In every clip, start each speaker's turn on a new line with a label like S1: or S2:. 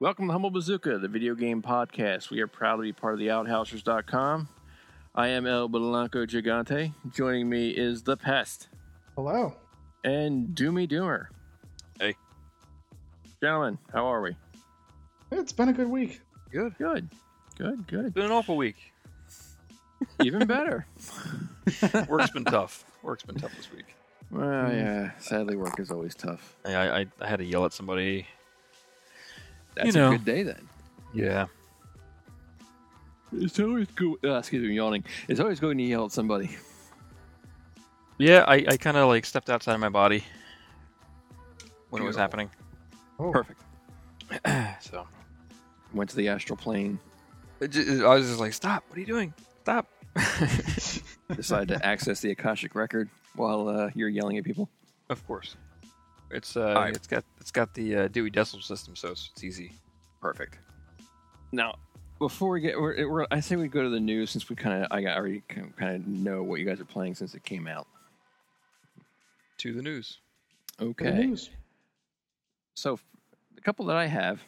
S1: Welcome to Humble Bazooka, the video game podcast. We are proud to be part of the Outhousers.com. I am El Blanco Gigante. Joining me is The Pest
S2: Hello.
S1: and Doomy Doomer.
S3: Hey.
S1: Gentlemen, how are we?
S2: It's been a good week.
S3: Good.
S1: Good. Good, good.
S3: Been an awful week.
S1: Even better.
S3: Work's been tough. Work's been tough this week.
S1: well, yeah. Sadly, work is always tough.
S3: I, I, I had to yell at somebody.
S1: That's
S3: You know.
S1: a good day then.
S3: Yeah.
S1: It's always good. Uh, excuse me, yawning. It's always good when you yell at somebody.
S3: Yeah, I, I kind of like stepped outside of my body when it was
S1: Beautiful.
S3: happening.
S2: Oh,
S1: Perfect.
S3: So
S1: Went to the astral plane.
S3: I ju- I was just like, stop. What are you doing? Stop.
S1: Decided to access the Akashic record while uh, you're yelling at people.
S3: of course. It's uh,
S1: Alright.
S3: it's got it's got the uh, Dewey Decimal System, so it's, it's easy.
S1: Perfect. Now, before we get, we're, we're, I say we go to the news since we kind of, I got- already kind of know what you guys are playing since it came out.
S3: To the news.
S2: good
S1: Okay.
S2: news.
S1: So, f- the couple that I have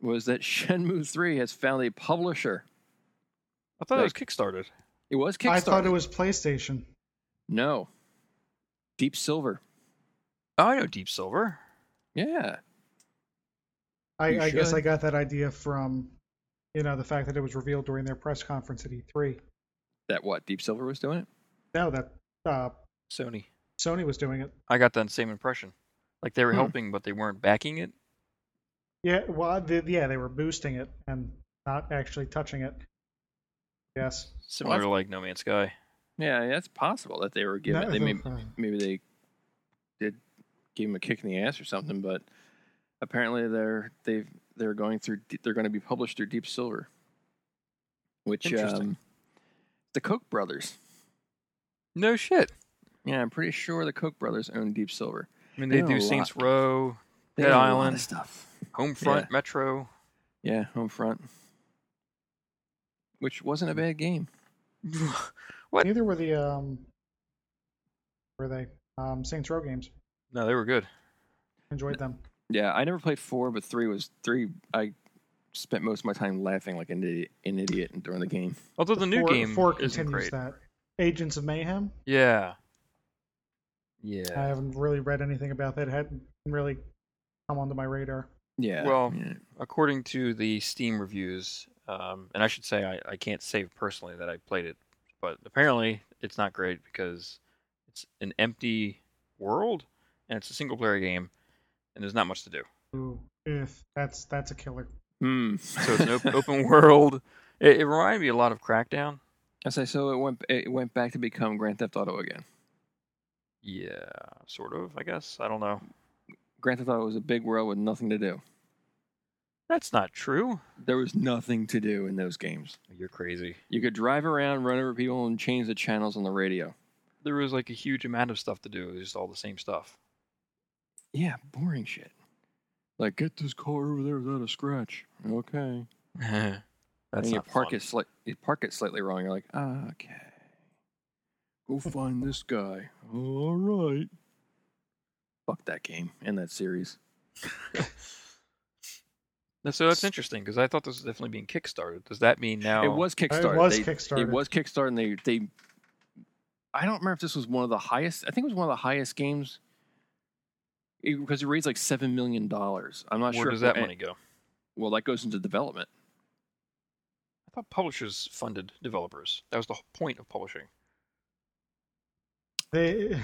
S1: was that Shenmue 3 has found a publisher.
S3: I thought
S1: Like-
S3: it was kickstarted.
S1: It was Kickstarter.
S2: I thought it was PlayStation.
S1: no. Deep Silver.
S3: Oh, I know Deep Silver.
S1: Yeah.
S2: I,
S1: You
S2: I guess
S1: should.
S2: I got that idea from, you know, the fact that it was revealed during their press conference at E E3.
S1: That what? Deep Silver was doing it?
S2: No, that uh,
S3: Sony.
S2: Sony was doing it.
S3: I got that same impression. Like they were
S1: Hmm.
S3: helping, but they weren't backing it.
S2: Yeah, well, the, yeah, they were boosting it and not actually touching it. Yes.
S3: Similar
S1: Well,
S3: to like No Man's Sky.
S1: Yeah, that's possible that they were giving
S2: No,
S1: They may,
S2: uh,
S1: maybe they did give him a kick in the ass or something, but apparently they're they they're going through they're going to be published through Deep Silver, which
S3: Interesting.
S1: um, the Koch brothers.
S3: No shit.
S1: Yeah, I'm pretty sure the Koch brothers own Deep Silver.
S3: I mean,
S1: They
S3: they,
S1: own a
S3: do
S1: lot.
S3: Saints Row,
S1: They
S3: Dead
S1: own a lot
S3: Island.
S1: of stuff.
S3: Homefront, Metro.
S1: Yeah, home front, which wasn't a bad game.
S3: what?
S2: Neither were the um, were they um, Saints Row games.
S3: No, they were good.
S2: Enjoyed them.
S1: Yeah, I never played four, but three was three. I spent most of my time laughing like an idiot, an idiot during the game.
S3: Although the, new
S2: four,
S3: game
S2: four
S3: isn't
S2: continues
S3: great.
S2: that. Agents of Mayhem.
S3: Yeah.
S2: I
S3: Yeah.
S2: haven't really read anything about that. It hadn't really come onto my radar.
S1: Yeah.
S3: Well,
S1: yeah.
S3: According to the Steam reviews, um, and I should say I, I can't say personally that I played it, but apparently it's not great because it's an empty world and it's a single player game and there's not much to do.
S2: Ooh, if eh, that's that's a killer.
S1: Hmm.
S3: So it's an op- open world. It, it reminded me a lot of Crackdown.
S1: I say so. It went it went back to become Grand Theft Auto again.
S3: Yeah, sort of, I guess. I don't know.
S1: Grand Theft Auto was a big world with nothing to do.
S3: That's not true.
S1: There was nothing to do in those games.
S3: You're crazy.
S1: You could drive around, run over people, and change the channels on the radio.
S3: There was like a huge amount of stuff to do. It was just all the same stuff.
S1: Yeah, boring shit. Like get this car over there without a scratch. Okay.
S3: That's
S1: and you
S3: not
S1: park
S3: fun.
S1: it sli- you park it slightly wrong. You're like, ah, okay. Go find this guy. All right. Fuck that game and that series.
S3: That's- So that's interesting because I thought this was definitely being kickstarted. Does that mean now
S1: It was Kickstarter.
S2: was
S1: They- It
S2: Kickstarted.
S1: was Kickstarter, and they they. I don't remember if this was one of the highest. I think it was one of the highest games. It- because it raised like seven million dollars. I'm not
S3: Where
S1: sure
S3: does
S1: if-
S3: that money go?
S1: Well, that goes into development.
S3: I thought publishers funded developers. That was the whole point of publishing.
S2: They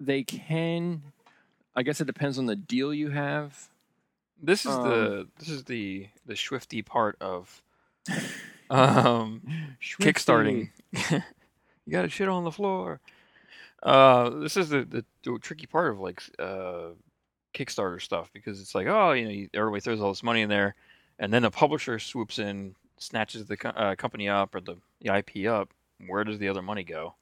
S1: They can. I guess it depends on the deal you have.
S3: This is the
S1: Um.
S3: this is the the swifty part of um kickstarting. you got to shit on the floor. Uh, this is the, the the tricky part of like uh, Kickstarter stuff because it's like oh you know you- everybody throws all this money in there, and then the publisher swoops in, snatches the co- uh, company up or the, the IP up. Where does the other money go?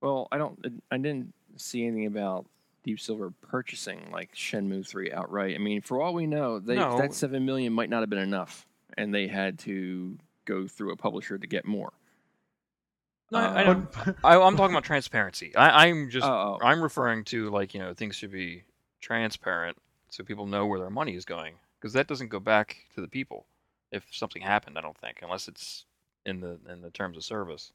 S1: Well, I don't. I didn't see anything about Deep Silver purchasing like Shenmue three outright. I mean, for all we know, they,
S3: No.
S1: that seven million might not have been enough, and they had to go through a publisher to get more.
S3: No, I, I
S1: Uh,
S3: don't. I, I'm talking about transparency. I, I'm just
S1: Oh, oh.
S3: I'm referring to like you know things should be transparent so people know where their money is going. because that doesn't go back to the people if something happened. I don't think, unless it's in the in the terms of service.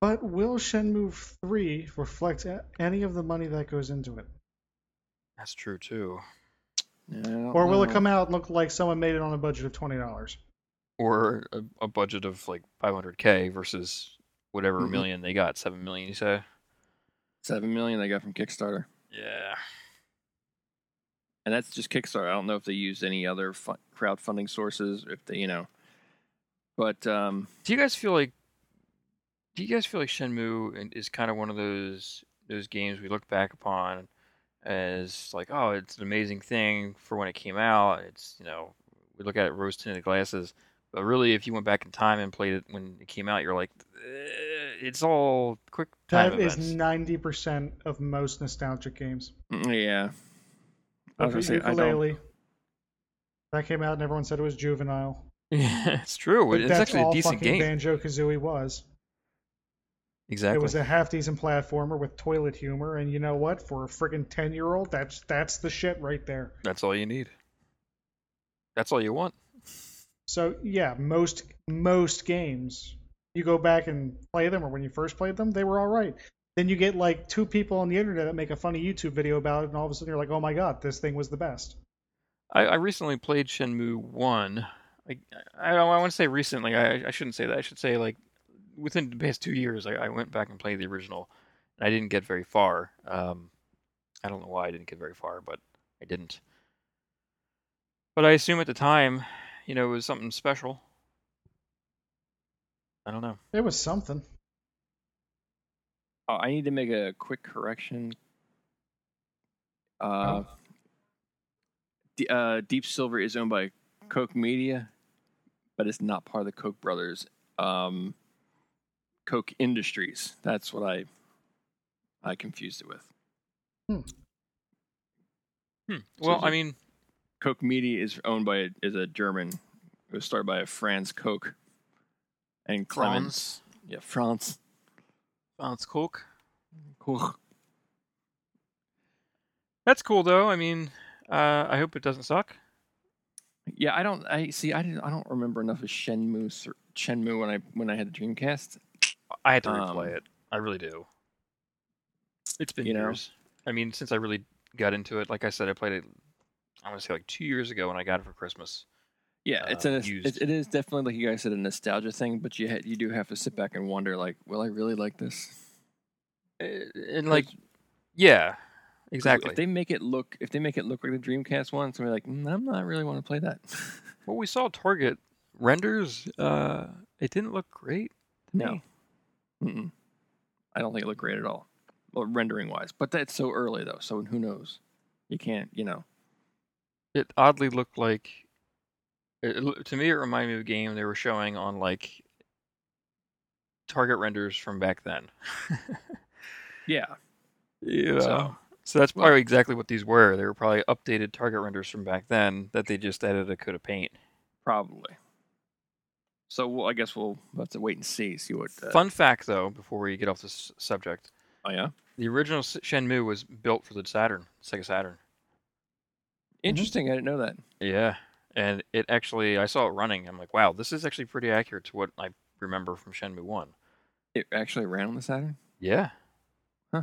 S2: But will Shenmue 3 reflect a- any of the money that goes into it?
S3: That's true too.
S1: Oh,
S2: Or will it come out and look like someone made it on a budget of $20?
S3: Or a, a budget of like 500k versus whatever
S1: Mhm.
S3: million they got, seven million. You say?
S1: Seven million they got from Kickstarter,
S3: Yeah.
S1: and that's just Kickstarter. I don't know if they used any other fu- crowdfunding sources, if they, you know. But um,
S3: Do you guys feel like? Do you guys feel like Shenmue in- is kind of one of those those games we look back upon as like, oh, it's an amazing thing for when it came out. It's you know, we look at it rose tinted glasses, but really, if you went back in time and played it when it came out, you're like, "Eh, it's all quick time
S2: That is
S3: events.
S2: 90% of most nostalgic games.
S1: yeah, I was gonna
S2: Like
S1: say, I don't-
S2: Ukulele, That came out and everyone said it was juvenile.
S3: Yeah, it's true.
S2: But
S3: It's
S2: that's
S3: actually
S2: all
S3: a decent
S2: fucking
S3: game.
S2: Banjo Kazooie was.
S3: Exactly.
S2: It was a half decent platformer with toilet humor, and you know what? For a friggin' ten year old, that's that's the shit right there.
S3: That's all you need. That's all you want.
S2: So yeah, most most games you go back and play them, or when you first played them, they were all right. Then you get like two people on the internet that make a funny YouTube video about it, and all of a sudden you're like, oh my god, this thing was the best.
S3: I, I recently played Shenmue One. Like I, I want to say recently. I, I shouldn't say that. I should say like within the past two years, I, I went back and played the original, and I didn't get very far. Um, I don't know why I didn't get very far, but I didn't. But I assume at the time, you know, it was something special. I don't know.
S2: It was something.
S1: Oh, I need to make a quick correction. Uh, D- uh, Deep Silver is owned by Koch Media, but it's not part of the Koch brothers. Um, Koch Industries. That's what I I confused it with.
S3: Hmm.
S1: So
S3: Well,
S1: is
S3: I
S1: it-
S3: mean,
S1: Koch Media is owned by is a German. It was started by Franz Koch and Clemens.
S3: Franz,
S1: Yeah, Franz
S3: Franz Koch.
S1: Koch.
S3: That's cool though. I mean, uh, I hope it doesn't suck.
S1: Yeah, I don't. I see. I didn't. I don't remember enough of Shenmue. sur- Shenmue when I when I had the Dreamcast.
S3: I had to
S1: Um,
S3: replay it. I really do. It's been
S1: you know?
S3: years. I mean, since I really got into it, like I said, I played it. I want to say like two years ago when I got it for Christmas.
S1: Yeah, it's
S3: uh,
S1: an
S3: used.
S1: it, it is definitely like you guys said a nostalgia thing, but you ha- you do have to sit back and wonder like, will I really like this? 'Cause
S3: Uh, And like, yeah, exactly.
S1: If they make it look if they make it look like the Dreamcast one, it's gonna be like, mm, I'm not really want to play that.
S3: Well, we saw Target renders. Uh, it didn't look great. To
S1: No.
S3: me.
S1: Mm-mm. I don't think it looked great at all, well, rendering wise. But that's so early though, so who knows? You can't, you know.
S3: it oddly looked like. It, it loo- to me, it reminded me of a game they were showing on like Target renders from back then.
S1: Yeah,
S3: Yeah. So,
S1: So-
S3: that's
S1: Well-
S3: probably exactly what these were. They were probably updated target renders from back then that they just added a coat of paint.
S1: probably. So we'll, I guess we'll have to wait and see, see what. Uh,
S3: Fun Mm-hmm. fact, though, before we get off this subject,
S1: Oh yeah,
S3: the original S- Shenmue was built for the Saturn, Sega Saturn.
S1: interesting. I didn't know that.
S3: Yeah. And it actually, I saw it running. I'm like, wow, this is actually pretty accurate to what I remember from Shenmue 1.
S1: It actually ran on the Saturn.
S3: Yeah.
S1: No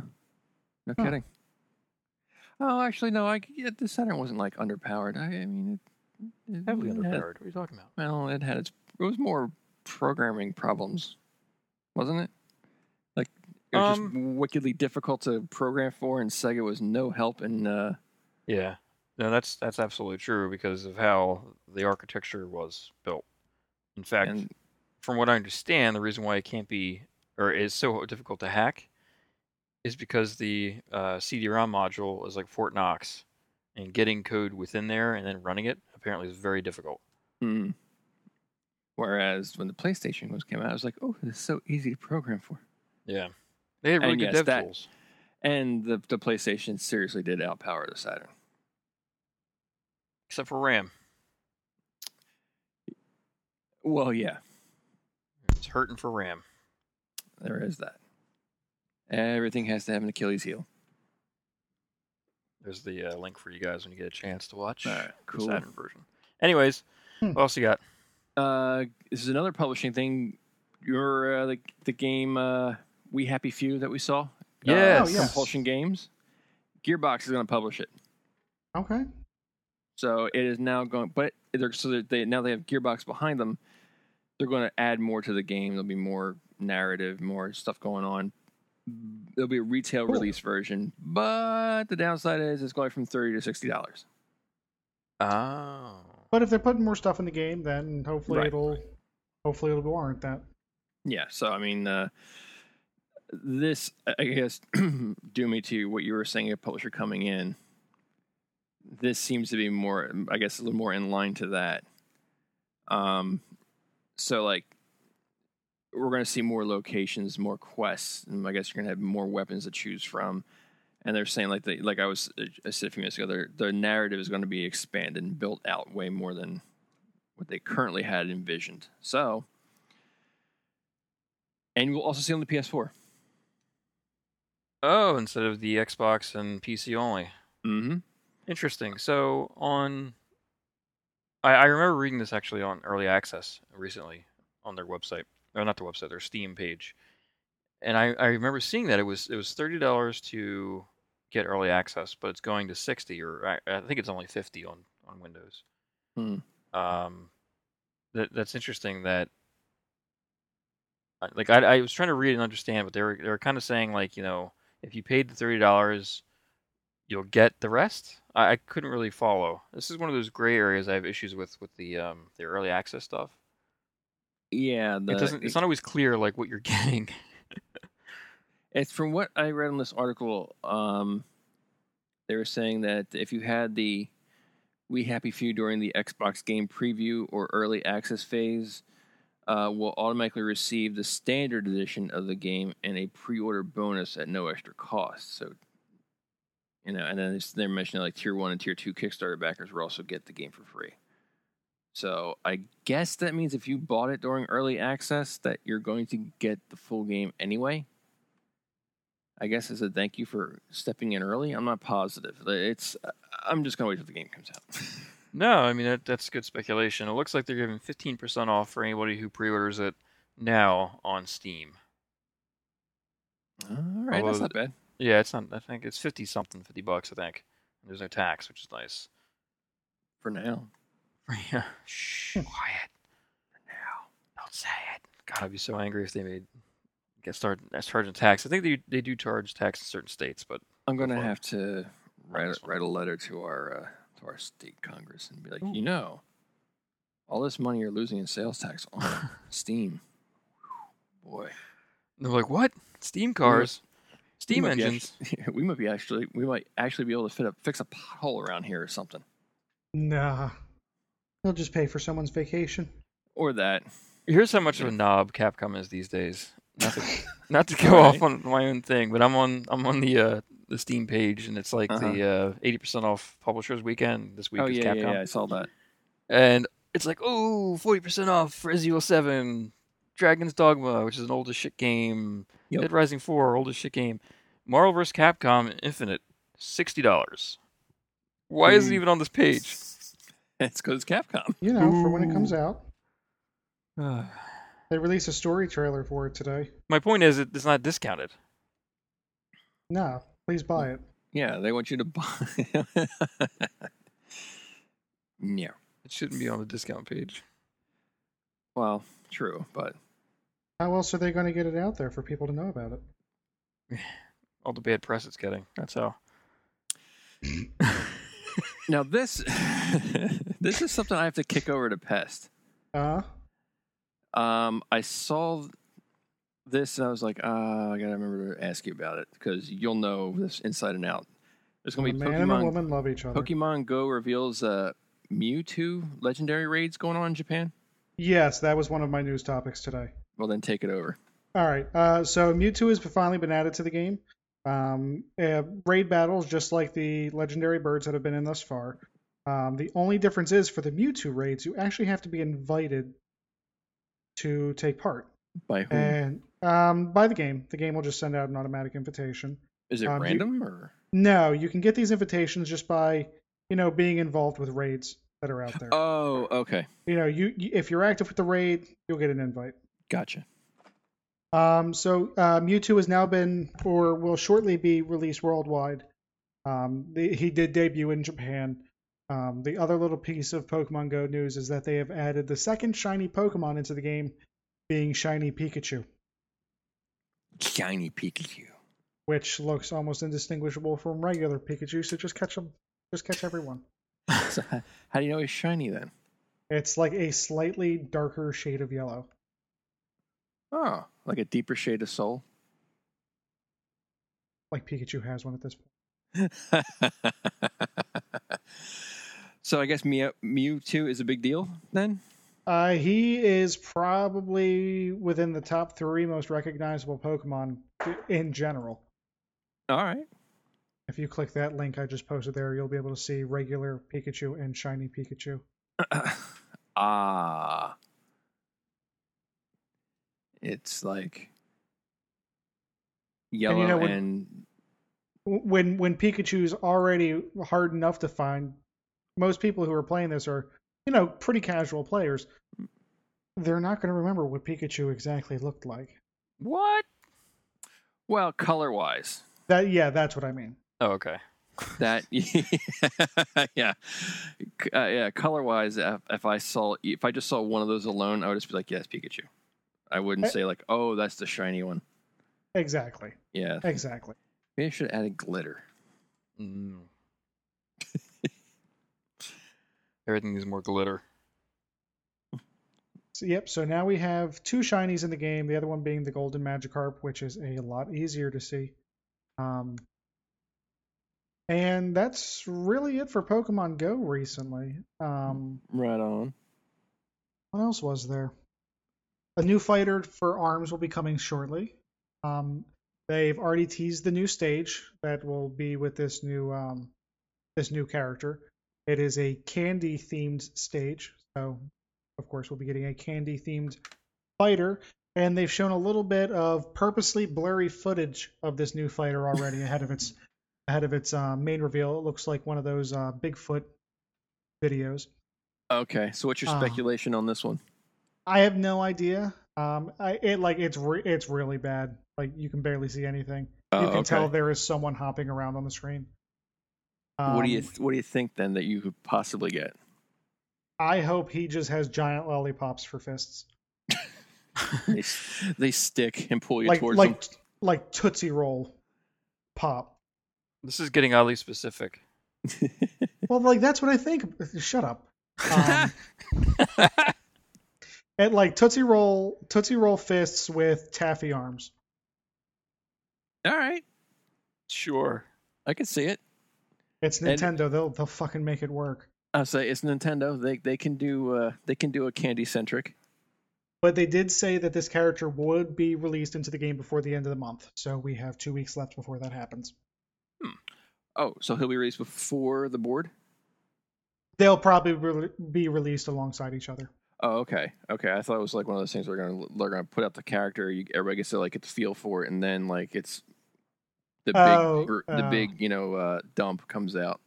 S2: Huh.
S1: kidding. Oh, actually, no. I yeah, the Saturn wasn't like underpowered. I, I mean, it, it
S3: Heavily
S1: it had-
S3: underpowered. What are you talking about?
S1: well, it had its. It was more programming problems, wasn't it? Like it was just wickedly difficult to program for, and Sega was no help in. Uh,
S3: Yeah. No, that's that's absolutely true because of how the architecture was built. In fact,
S1: and
S3: from what I understand, the reason why it can't be or is so difficult to hack is because the uh, CD-ROM module is like Fort Knox, and getting code within there and then running it apparently is very difficult.
S1: hmm. whereas when the PlayStation was came out, I was like, oh, it's so easy to program for.
S3: Yeah, they had really
S1: And
S3: good
S1: yes,
S3: dev
S1: that-
S3: tools.
S1: And the the PlayStation seriously did outpower the Saturn.
S3: except for RAM.
S1: Well, yeah,
S3: It's hurting for RAM.
S1: there is that. Everything has to have an Achilles heel.
S3: There's the uh, link for you guys when you get a chance to watch
S1: All right,
S3: the
S1: cool. Oh,
S3: Saturn version. Anyways,
S2: Hmm.
S3: what else you got?
S1: Uh, this is another publishing thing. Your uh, the the game uh, We Happy Few that we saw.
S3: Yes.
S1: Uh,
S2: Oh, yes.
S1: Compulsion Games. Gearbox is going to publish it,
S2: Okay.
S1: so it is now going. But they're so that they now they have Gearbox behind them. They're going to add more to the game. There'll be more narrative, more stuff going on. There'll be a retail
S2: Cool.
S1: release version, but the downside is it's going from thirty to sixty dollars.
S3: Oh.
S2: But if they're putting more stuff in the game, then hopefully
S1: Right.
S2: it'll hopefully it'll warrant that.
S1: Yeah, so I mean, uh, this I guess do me to what you were saying. A publisher coming in, this seems to be more, I guess, a little more in line to that. Um, so like, we're going to see more locations, more quests, and I guess you're going to have more weapons to choose from. And they're saying like the like I was uh, I said a few minutes ago, their their narrative is going to be expanded and built out way more than what they currently had envisioned. So and you will also see on the PS4.
S3: Oh, instead of the Xbox and PC only.
S1: Mm-hmm.
S3: Interesting. So on, I, I remember reading this actually on Early Access recently on their website, or not their website, their Steam page, and I, I remember seeing that it was it was thirty dollars to get early access, but it's going to sixty, or I, I think it's only fifty on on Windows.
S1: Hmm.
S3: Um, that that's interesting. That I- like I I was trying to read and understand, but they were they were kind of saying like you know if you paid the thirty dollars you'll get the rest. I, I couldn't really follow. This is one of those gray areas I have issues with with the um the early access stuff.
S1: Yeah, the,
S3: it doesn't. It's not always clear like what you're getting.
S1: it's from what I read on this article. Um, they were saying that if you had the We Happy Few during the Xbox game preview or early access phase, uh, will automatically receive the standard edition of the game and a pre-order bonus at no extra cost. So, you know, and then it's- they're mentioning like tier one and tier two Kickstarter backers will also get the game for free. So I guess that means if you bought it during early access, that you're going to get the full game anyway. I guess as a thank you for stepping in early. I'm not positive. It's uh, I'm just gonna wait till the game comes out.
S3: no, I mean that, that's good speculation. It looks like they're giving 15% off for anybody who pre-orders it now on Steam.
S1: All right,
S3: Although
S1: that's not bad.
S3: Yeah, it's not. I think it's 50 something, 50 bucks. I think there's no tax, which is nice.
S1: For now,
S3: Yeah. Shh. Quiet. Now. Don't say it. God, I'd be so angry if they made get started charging tax. I think they they do charge tax in certain states, but
S1: I'm gonna
S3: for it.
S1: have to write
S3: this one.
S1: write a letter to our uh, to our state congress and be like,
S3: Ooh.
S1: you know, all this money you're losing in sales tax on Steam. Boy,
S3: And they're like, what? Steam
S1: might-
S3: cars?
S1: we
S3: Steam
S1: might be
S3: engines?
S1: actu- we might be actually we might actually be able to fit a fix a pothole around here or something,
S2: Nah. They'll just pay for someone's vacation.
S1: or that.
S3: Here's how much of a knob Capcom is these days. Not to, not to go off on my own thing, but I'm on I'm on the uh, the Steam page, and it's like the uh, eighty percent off Publishers Weekend this week
S1: Oh
S3: is
S1: yeah,
S3: Capcom,
S1: yeah, yeah, I saw that.
S3: and it's like oh 40 percent off for Ezio Seven, Dragon's Dogma, which is an old as shit game,
S1: Yep.
S3: Dead Rising Four, old as shit game, Marvel vs. Capcom Infinite, sixty dollars. Why is it
S1: Mm.
S3: even on this page?
S1: It's because Capcom.
S2: You know, for when it comes
S3: Ooh.
S2: out. They released a story trailer for it today.
S3: My point is, it- it's not discounted.
S2: Nah, please buy it.
S1: Yeah, they want you to buy. yeah.
S3: It shouldn't be on the discount page.
S1: Well, true, but
S2: How else are they going to get it out there for people to know about it?
S3: All the bad press it's getting. That's how.
S1: now this this is something I have to kick over to Pest.
S2: Uh,
S1: Um, I saw this and I was like, ah, I gotta remember to ask you about it because you'll know this inside and out. There's
S2: a
S1: gonna be
S2: man and a
S1: Pokemon
S2: woman love each other.
S1: Pokemon Go reveals uh Mewtwo legendary raids going on in Japan.
S2: Yes, that was one of my news topics today.
S1: Well, then take it over.
S2: All right. Uh, so Mewtwo has finally been added to the game. Um, uh, raid battles, just like the legendary birds that have been in thus far. Um, the only difference is for the Mewtwo raids, you actually have to be invited to take part.
S1: By
S2: Uh,
S1: whom?
S2: And um, by the game, the game will just send out an automatic invitation.
S1: Is it
S2: um, you-
S1: random or?
S2: No, you can get these invitations just by, you know, being involved with raids that are out there.
S1: Oh, okay.
S2: you know, you, you if you're active with the raid, you'll get an invite.
S1: Gotcha.
S2: Um, so uh, Mewtwo has now been, or will shortly be released worldwide. Um, the, he did debut in Japan. Um, the other little piece of Pokemon Go news is that they have added the second shiny Pokemon into the game, being Shiny Pikachu,
S1: Shiny Pikachu.
S2: which looks almost indistinguishable from regular Pikachu. So just catch them, just catch everyone.
S1: So, h- how do you know he's shiny then?
S2: It's like a slightly darker shade of yellow.
S1: Oh, like a deeper shade of soul.
S2: Like Pikachu has one at this point.
S1: so I guess Mew Mewtwo is a big deal then.
S2: Uh, he is probably within the top three most recognizable Pokemon in general.
S1: All right.
S2: If you click that link I just posted there, you'll be able to see regular Pikachu and shiny Pikachu.
S1: ah. It's like yellow and,
S2: know when- When when Pikachu's already hard enough to find, most people who are playing this are, you know, pretty casual players. They're not going to remember what Pikachu exactly looked like.
S3: What?
S1: well, color wise.
S2: That yeah, that's what I mean.
S3: Oh, okay.
S1: That yeah, C- uh, yeah. Color wise, if, if I saw if I just saw one of those alone, I would just be like, "Yes, Pikachu." I wouldn't
S2: Eh.
S1: say like, "Oh, that's the shiny one."
S2: Exactly.
S1: Yeah,
S2: Exactly.
S1: maybe I should have added glitter.
S3: Mm. Everything is more glitter.
S2: So, yep, so now we have two shinies in the game, the other one being the golden Magikarp, which is a lot easier to see. Um, and that's really it for Pokemon Go recently. Um,
S1: Right on.
S2: what else was there? A new fighter for ARMS will be coming shortly. Um, they've already teased the new stage that will be with this new um, this new character. It is a candy themed stage, so of course we'll be getting a candy themed fighter. And they've shown a little bit of purposely blurry footage of this new fighter already ahead of its ahead of its uh, main reveal. It looks like one of those uh, Bigfoot videos.
S1: Okay, so what's your
S2: Ah.
S1: speculation on this one?
S2: I have no idea. Um, I, it like it's re- it's really bad. Like you can barely see anything.
S1: Oh,
S2: you can
S1: okay.
S2: tell there is someone hopping around on the screen.
S1: what do you
S2: Um,
S1: What do you think then that you could possibly get?
S2: I hope he just has giant lollipops for fists,
S1: They, s- they stick and pull you
S2: like
S1: towards
S2: like
S1: them.
S2: like Tootsie Roll pop.
S3: This is getting oddly specific.
S2: Well, like that's what I think. Shut up. Um, and like Tootsie Roll Tootsie Roll fists with taffy arms.
S1: All right,
S3: sure.
S1: I can see it.
S2: It's
S1: And-
S2: Nintendo. they'll they'll fucking make it work.
S1: I'll say Uh, it's Nintendo. They they can do uh, they can do a candy centric.
S2: But they did say that this character would be released into the game before the end of the month, so we have two weeks left before that happens.
S1: Oh, so he'll be released before the board.
S2: They'll probably re- be released alongside each other.
S1: Oh, okay, okay. I thought it was like one of those things we're gonna they're gonna put out the character. You, everybody gets to like get the feel for it, and then like it's the big
S2: Oh,
S1: gr- the
S2: uh.
S1: big you know uh, dump comes out.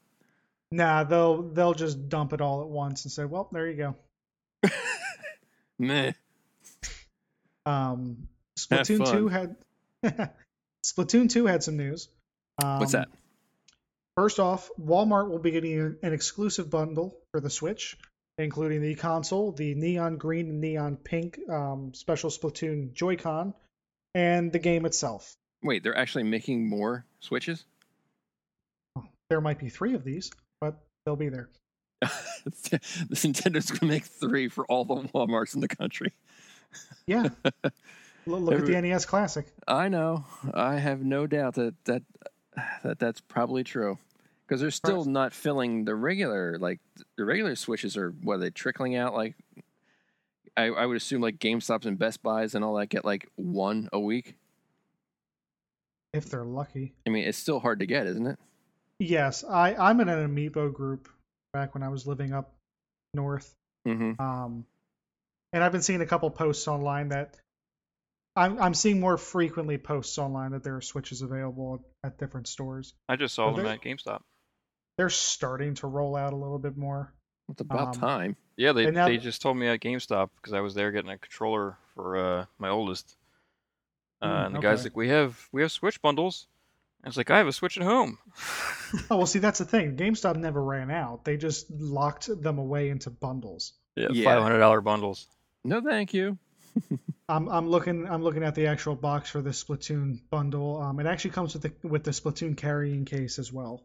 S2: Nah, they'll they'll just dump it all at once and say, "Well, there you go."
S1: Meh.
S2: Um,
S1: Have
S2: Splatoon
S1: fun.
S2: two had Splatoon two had some news. Um,
S1: What's that?
S2: First off, Walmart will be getting an exclusive bundle for the Switch, including the console, the neon green and neon pink um, special Splatoon Joy-Con, and the game itself.
S1: Wait, they're actually making more switches.
S2: There might be three of these, but they'll be there.
S1: the Nintendo's gonna make three for all the WalMarts in the country.
S2: Yeah. L- Look at the NES Classic.
S1: I know. I have no doubt that that that that's probably true. Because they're still
S2: Right.
S1: not filling the regular like the regular switches are what are they trickling out like. I, I would assume like GameStops and Best Buys and all that get like one a week.
S2: If they're lucky.
S1: I mean, it's still hard to get, isn't it?
S2: Yes, I, I'm in an amiibo group back when I was living up north.
S1: Mm-hmm.
S2: Um, and I've been seeing a couple posts online that I'm I'm seeing more frequently posts online that there are Switches available at different stores.
S3: I just saw
S2: Are
S3: them
S2: they-
S3: at GameStop.
S2: They're starting to roll out a little bit more.
S1: It's about
S2: Um,
S1: time.
S3: Yeah, they,
S2: And now-
S3: they just told me at GameStop because I was there getting a controller for uh, my oldest. Uh,
S2: Hmm,
S3: and the guy's
S2: okay.
S3: like, "We have we have Switch bundles." I was like, "I have a Switch at home."
S2: Oh well, see that's the thing. GameStop never ran out. They just locked them away into bundles.
S1: Yeah.
S3: five hundred dollar bundles.
S1: No, thank you.
S2: I'm I'm looking I'm looking at the actual box for the Splatoon bundle. Um, it actually comes with the with the Splatoon carrying case as well.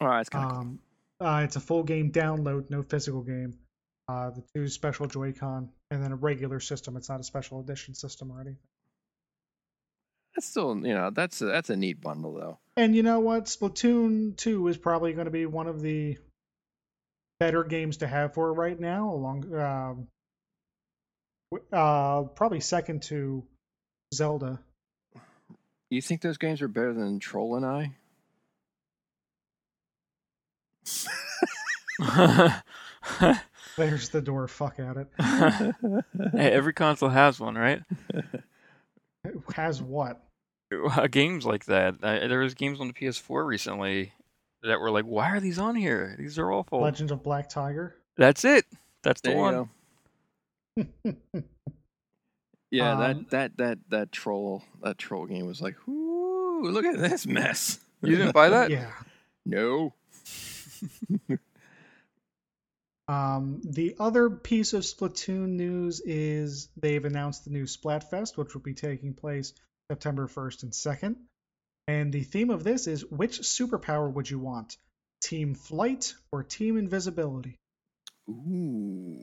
S1: All right, it's kind of
S2: Um, uh, it's a full game download, no physical game. Uh, the two special Joy-Con and then a regular system. It's not a special edition system or anything.
S1: that's still you know that's a, that's a neat bundle though.
S2: And you know what? Splatoon 2 is probably going to be one of the better games to have for right now, along um, w- uh, probably second to Zelda.
S1: You think those games are better than Troll and I?
S3: hey,
S2: There's the door. Fuck at it.
S3: every console has one, right?
S2: It has what?
S3: Uh, Games like that. I, there was games on the PS4 recently that were like, "Why are these on here? These are awful."
S2: Legend of Black Tiger.
S3: That's it. That's the
S1: There you
S3: one.
S1: go. Yeah,
S2: Um,
S1: that that that that troll that troll game was like, ooh, look at this mess.
S3: You didn't buy that?
S2: yeah.
S1: No.
S2: Um, the other piece of Splatoon news is they've announced the new Splatfest, which will be taking place September 1st and 2nd. And the theme of this is which superpower would you want? Team Flight or Team Invisibility?
S1: Ooh.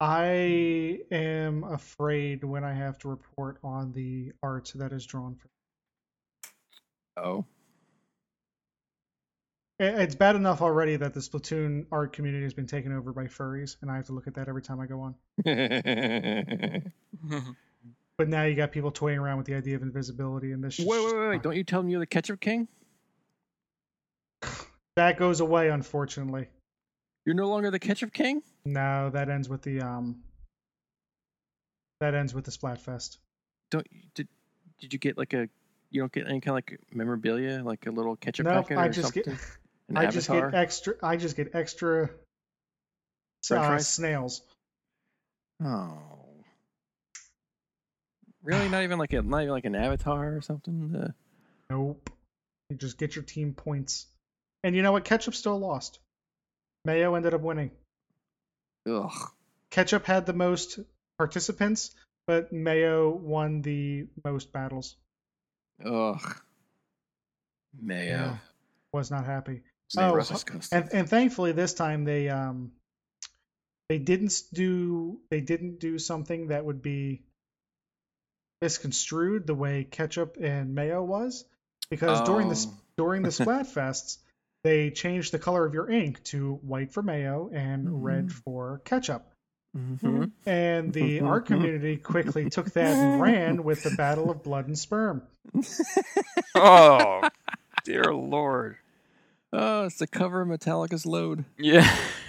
S2: I am afraid when I have to report on the art that is drawn for.
S1: Oh.
S2: I- It's bad enough already that the Splatoon art community has been taken over by furries, and I have to look at that every time I go on.
S1: wait,
S2: But now you got people toying around with the idea of invisibility, and this shit's
S1: wait,
S2: just
S1: wait,
S2: fucking-
S1: wait! Don't you tell them you're the ketchup king?
S2: That goes away, unfortunately.
S1: You're no longer the ketchup king.
S2: No, that ends with the um. That ends with the Splatfest.
S1: Don't did did you get like a you don't get any kind of like memorabilia like a little ketchup
S2: No,
S1: packet
S2: I
S1: or
S2: just
S1: something?
S2: get
S1: An
S2: I just
S1: avatar.
S2: get extra. I just get extra.
S1: French
S2: Uh,
S1: fries?
S2: snails.
S1: oh. Really? Not even like a not even like an avatar or something. Uh,
S2: Nope. You just get your team points. And you know what? Ketchup still lost. Mayo ended up winning.
S1: ugh.
S2: Ketchup had the most participants, but Mayo won the most battles.
S1: Ugh. Mayo.
S2: Was not happy.
S1: Mayo
S2: Oh,
S1: is
S2: huh.
S1: disgusting.
S2: and and thankfully this time they um they didn't do they didn't do something that would be misconstrued the way ketchup and mayo was because during the
S1: Oh.
S2: s- during the splatfests they changed the color of your ink to white for mayo and red for ketchup Mm-hmm.
S1: Mhm.
S2: and the art community quickly took that and ran with the battle of blood and sperm
S3: oh, dear lord.
S1: Oh, it's the cover of Metallica's Load.
S3: Yeah.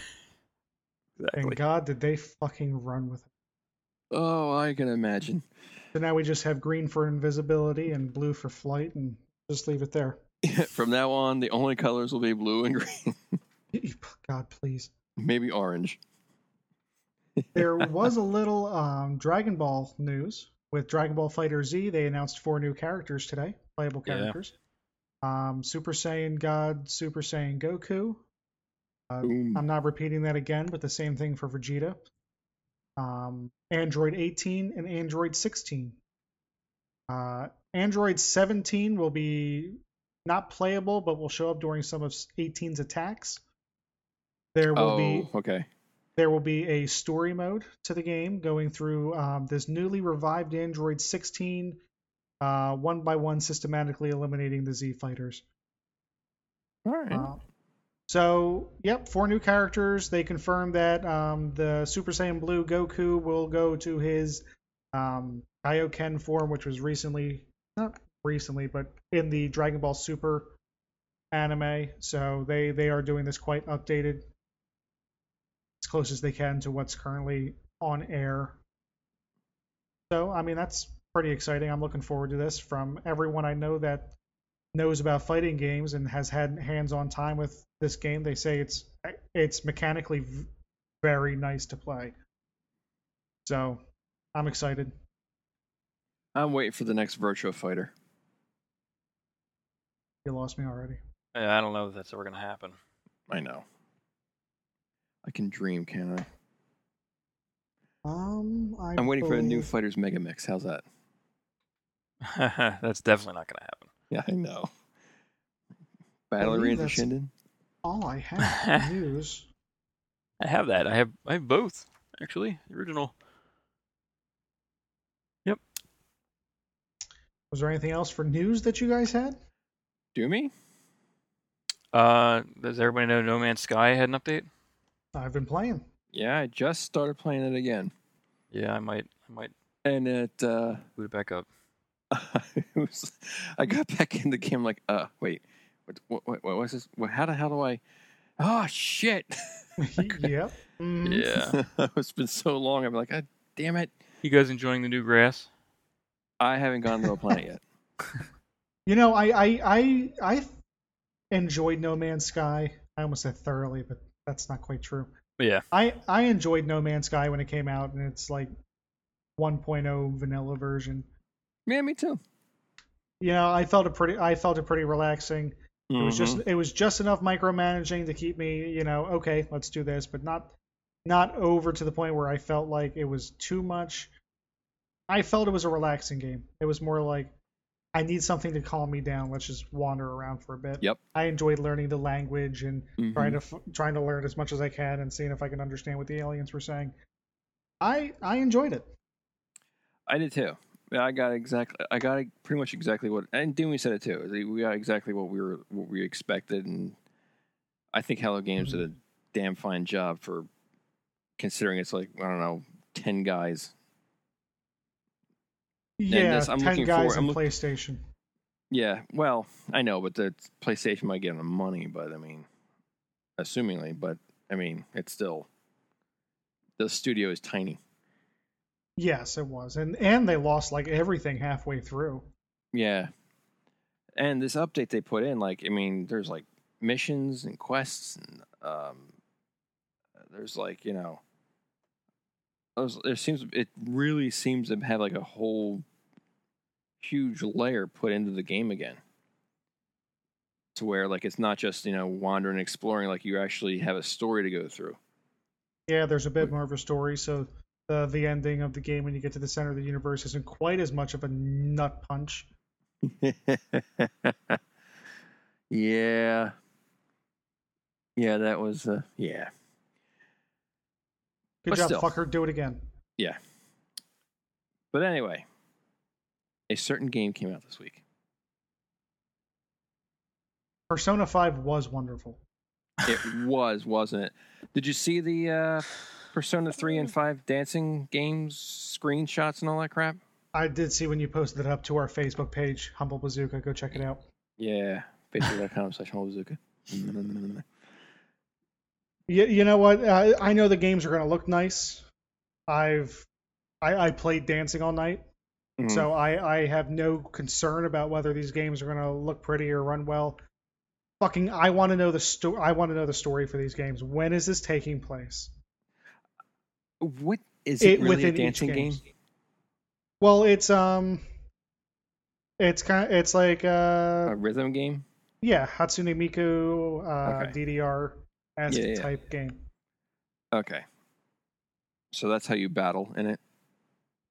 S2: and
S3: Exactly.
S2: god did they fucking run with it
S1: Oh, I can imagine.
S2: So now we just have green for invisibility and blue for flight, and just leave it there.
S1: From now on, the only colors will be blue and green,
S2: God, please.
S1: maybe orange.
S2: There was a little um, Dragon Ball news with Dragon Ball Fighter Z. They announced four new characters today, playable
S3: Yeah.
S2: characters. Um, Super Saiyan God, Super Saiyan Goku. Um,
S1: Boom.
S2: I'm not repeating that again, but the same thing for Vegeta. Um, Android 18 and Android 16. Uh, Android 17 will be not playable, but will show up during some of 18's attacks. There will
S1: oh,
S2: be
S1: okay.
S2: there will be a story mode to the game, going through um, this newly revived Android 16, uh, one by one, systematically eliminating the Z fighters.
S1: All right.
S2: Uh, so, yep, four new characters. They confirmed that um, the Super Saiyan Blue Goku will go to his um, Kaioken form, which was recently, not recently, but in the Dragon Ball Super anime. So they, they are doing this quite updated, as close as they can to what's currently on air. So I mean that's pretty exciting. I'm looking forward to this from everyone I know that knows about fighting games and has had hands-on time with this game. They say it's it's mechanically v- very nice to play. So I'm excited.
S1: I'm waiting for the next Virtua Fighter.
S2: You lost me already.
S3: Yeah, I don't know if that's ever gonna happen.
S1: I know. I can dream, can I?
S2: Um, I
S1: I'm waiting for a new
S2: believe-
S1: Fighters Mega Mix. How's that?
S3: that's definitely not gonna
S1: Yeah, I know. Battle
S2: Believe
S1: Arena for
S2: that's-
S1: Shinden.
S2: All I have for news.
S3: happen. I have that. I have I have both actually. The original.
S2: Was there anything else for news that you guys had?
S1: Do me?
S3: Uh, does everybody know No Man's Sky had an update?
S2: I've been playing.
S1: Yeah, I just started playing it again,
S3: Yeah, I might I might
S1: and it. uh
S3: boot it back up.
S1: it was, I got back in the game like, uh, wait, what, what, what, what was this? What, how the hell do I? Oh shit!
S2: yep. Mm.
S3: Yeah.
S1: it's been so long. I'm like, God damn it!
S3: You guys enjoying the new grass?
S1: I haven't gone to a planet yet.
S2: You know, I, I I I enjoyed No Man's Sky. I almost said thoroughly, but that's not quite true.
S3: Yeah.
S2: I I enjoyed No Man's Sky when it came out, and it's like 1.0 vanilla version.
S1: Yeah, me too.
S2: You know, I felt it pretty. I felt it pretty relaxing. It was just it was just enough micromanaging to keep me, you know, okay, let's do this, but not not over to the point where I felt like it was too much. I felt it was a relaxing game. It was more like I need something to calm me down. Let's just wander around for a bit.
S1: Yep.
S2: I enjoyed learning the language and
S1: Mhm.
S2: trying to f- trying to learn as much as I can and seeing if I can understand what the aliens were saying. I I enjoyed it.
S1: Mm-hmm. I did too. Yeah, I got exactly. I got e, pretty much exactly what. And Doomy said it too. We got exactly what we were what we expected, and I think Hello Games did a damn fine job for considering it's like I don't know ten guys.
S2: Yeah,
S1: this I'm
S2: ten
S1: looking
S2: guys
S1: for-
S2: in
S1: I'm look-
S2: PlayStation.
S1: Yeah, well, I know, but the PlayStation might get them money, but I mean, assumingly, but I mean, it's still the studio is tiny.
S2: Yes, it was, and and they lost like everything halfway through.
S1: Yeah. And this update they put in, like, I mean, there's like missions and quests, and um, there's like, you know, there's, there seems it really seems to have like a whole huge layer put into the game again, to where like it's not just you know wandering and exploring, like you actually have a story to go through.
S2: Yeah, there's a bit more of a story, so the the ending of the game when you get to the center of the universe isn't quite as much of a nut punch.
S1: yeah. Yeah, that was uh, yeah.
S2: Good
S1: But
S2: job,
S1: still.
S2: fucker. Do it again.
S1: But anyway, a certain game came out this week.
S2: Persona Five was wonderful.
S1: It was, wasn't it? Did you see the uh, Persona 3 and 5 dancing games screenshots and all that crap?
S2: I did see when you posted it up to our Facebook page, Humble Bazooka. Go check it out.
S1: Yeah, facebook.com slash homebazuka.
S2: You, you know what? I, I know the games are gonna look nice. I've I, I played dancing all night,
S1: Hmm.
S2: so I I have no concern about whether these games are gonna look pretty or run well. Fucking, I want to know the story. I want to know the story for these games. When is this taking place?
S1: What is it,
S2: It-
S1: really a
S2: within each
S1: dancing game?
S2: game. Well, it's um, it's kind of it's like uh,
S1: A rhythm game?
S2: yeah, Hatsune Miku uh,
S1: Okay.
S2: DDR esque
S1: Yeah, yeah.
S2: type game.
S1: Okay. So that's how you battle in it?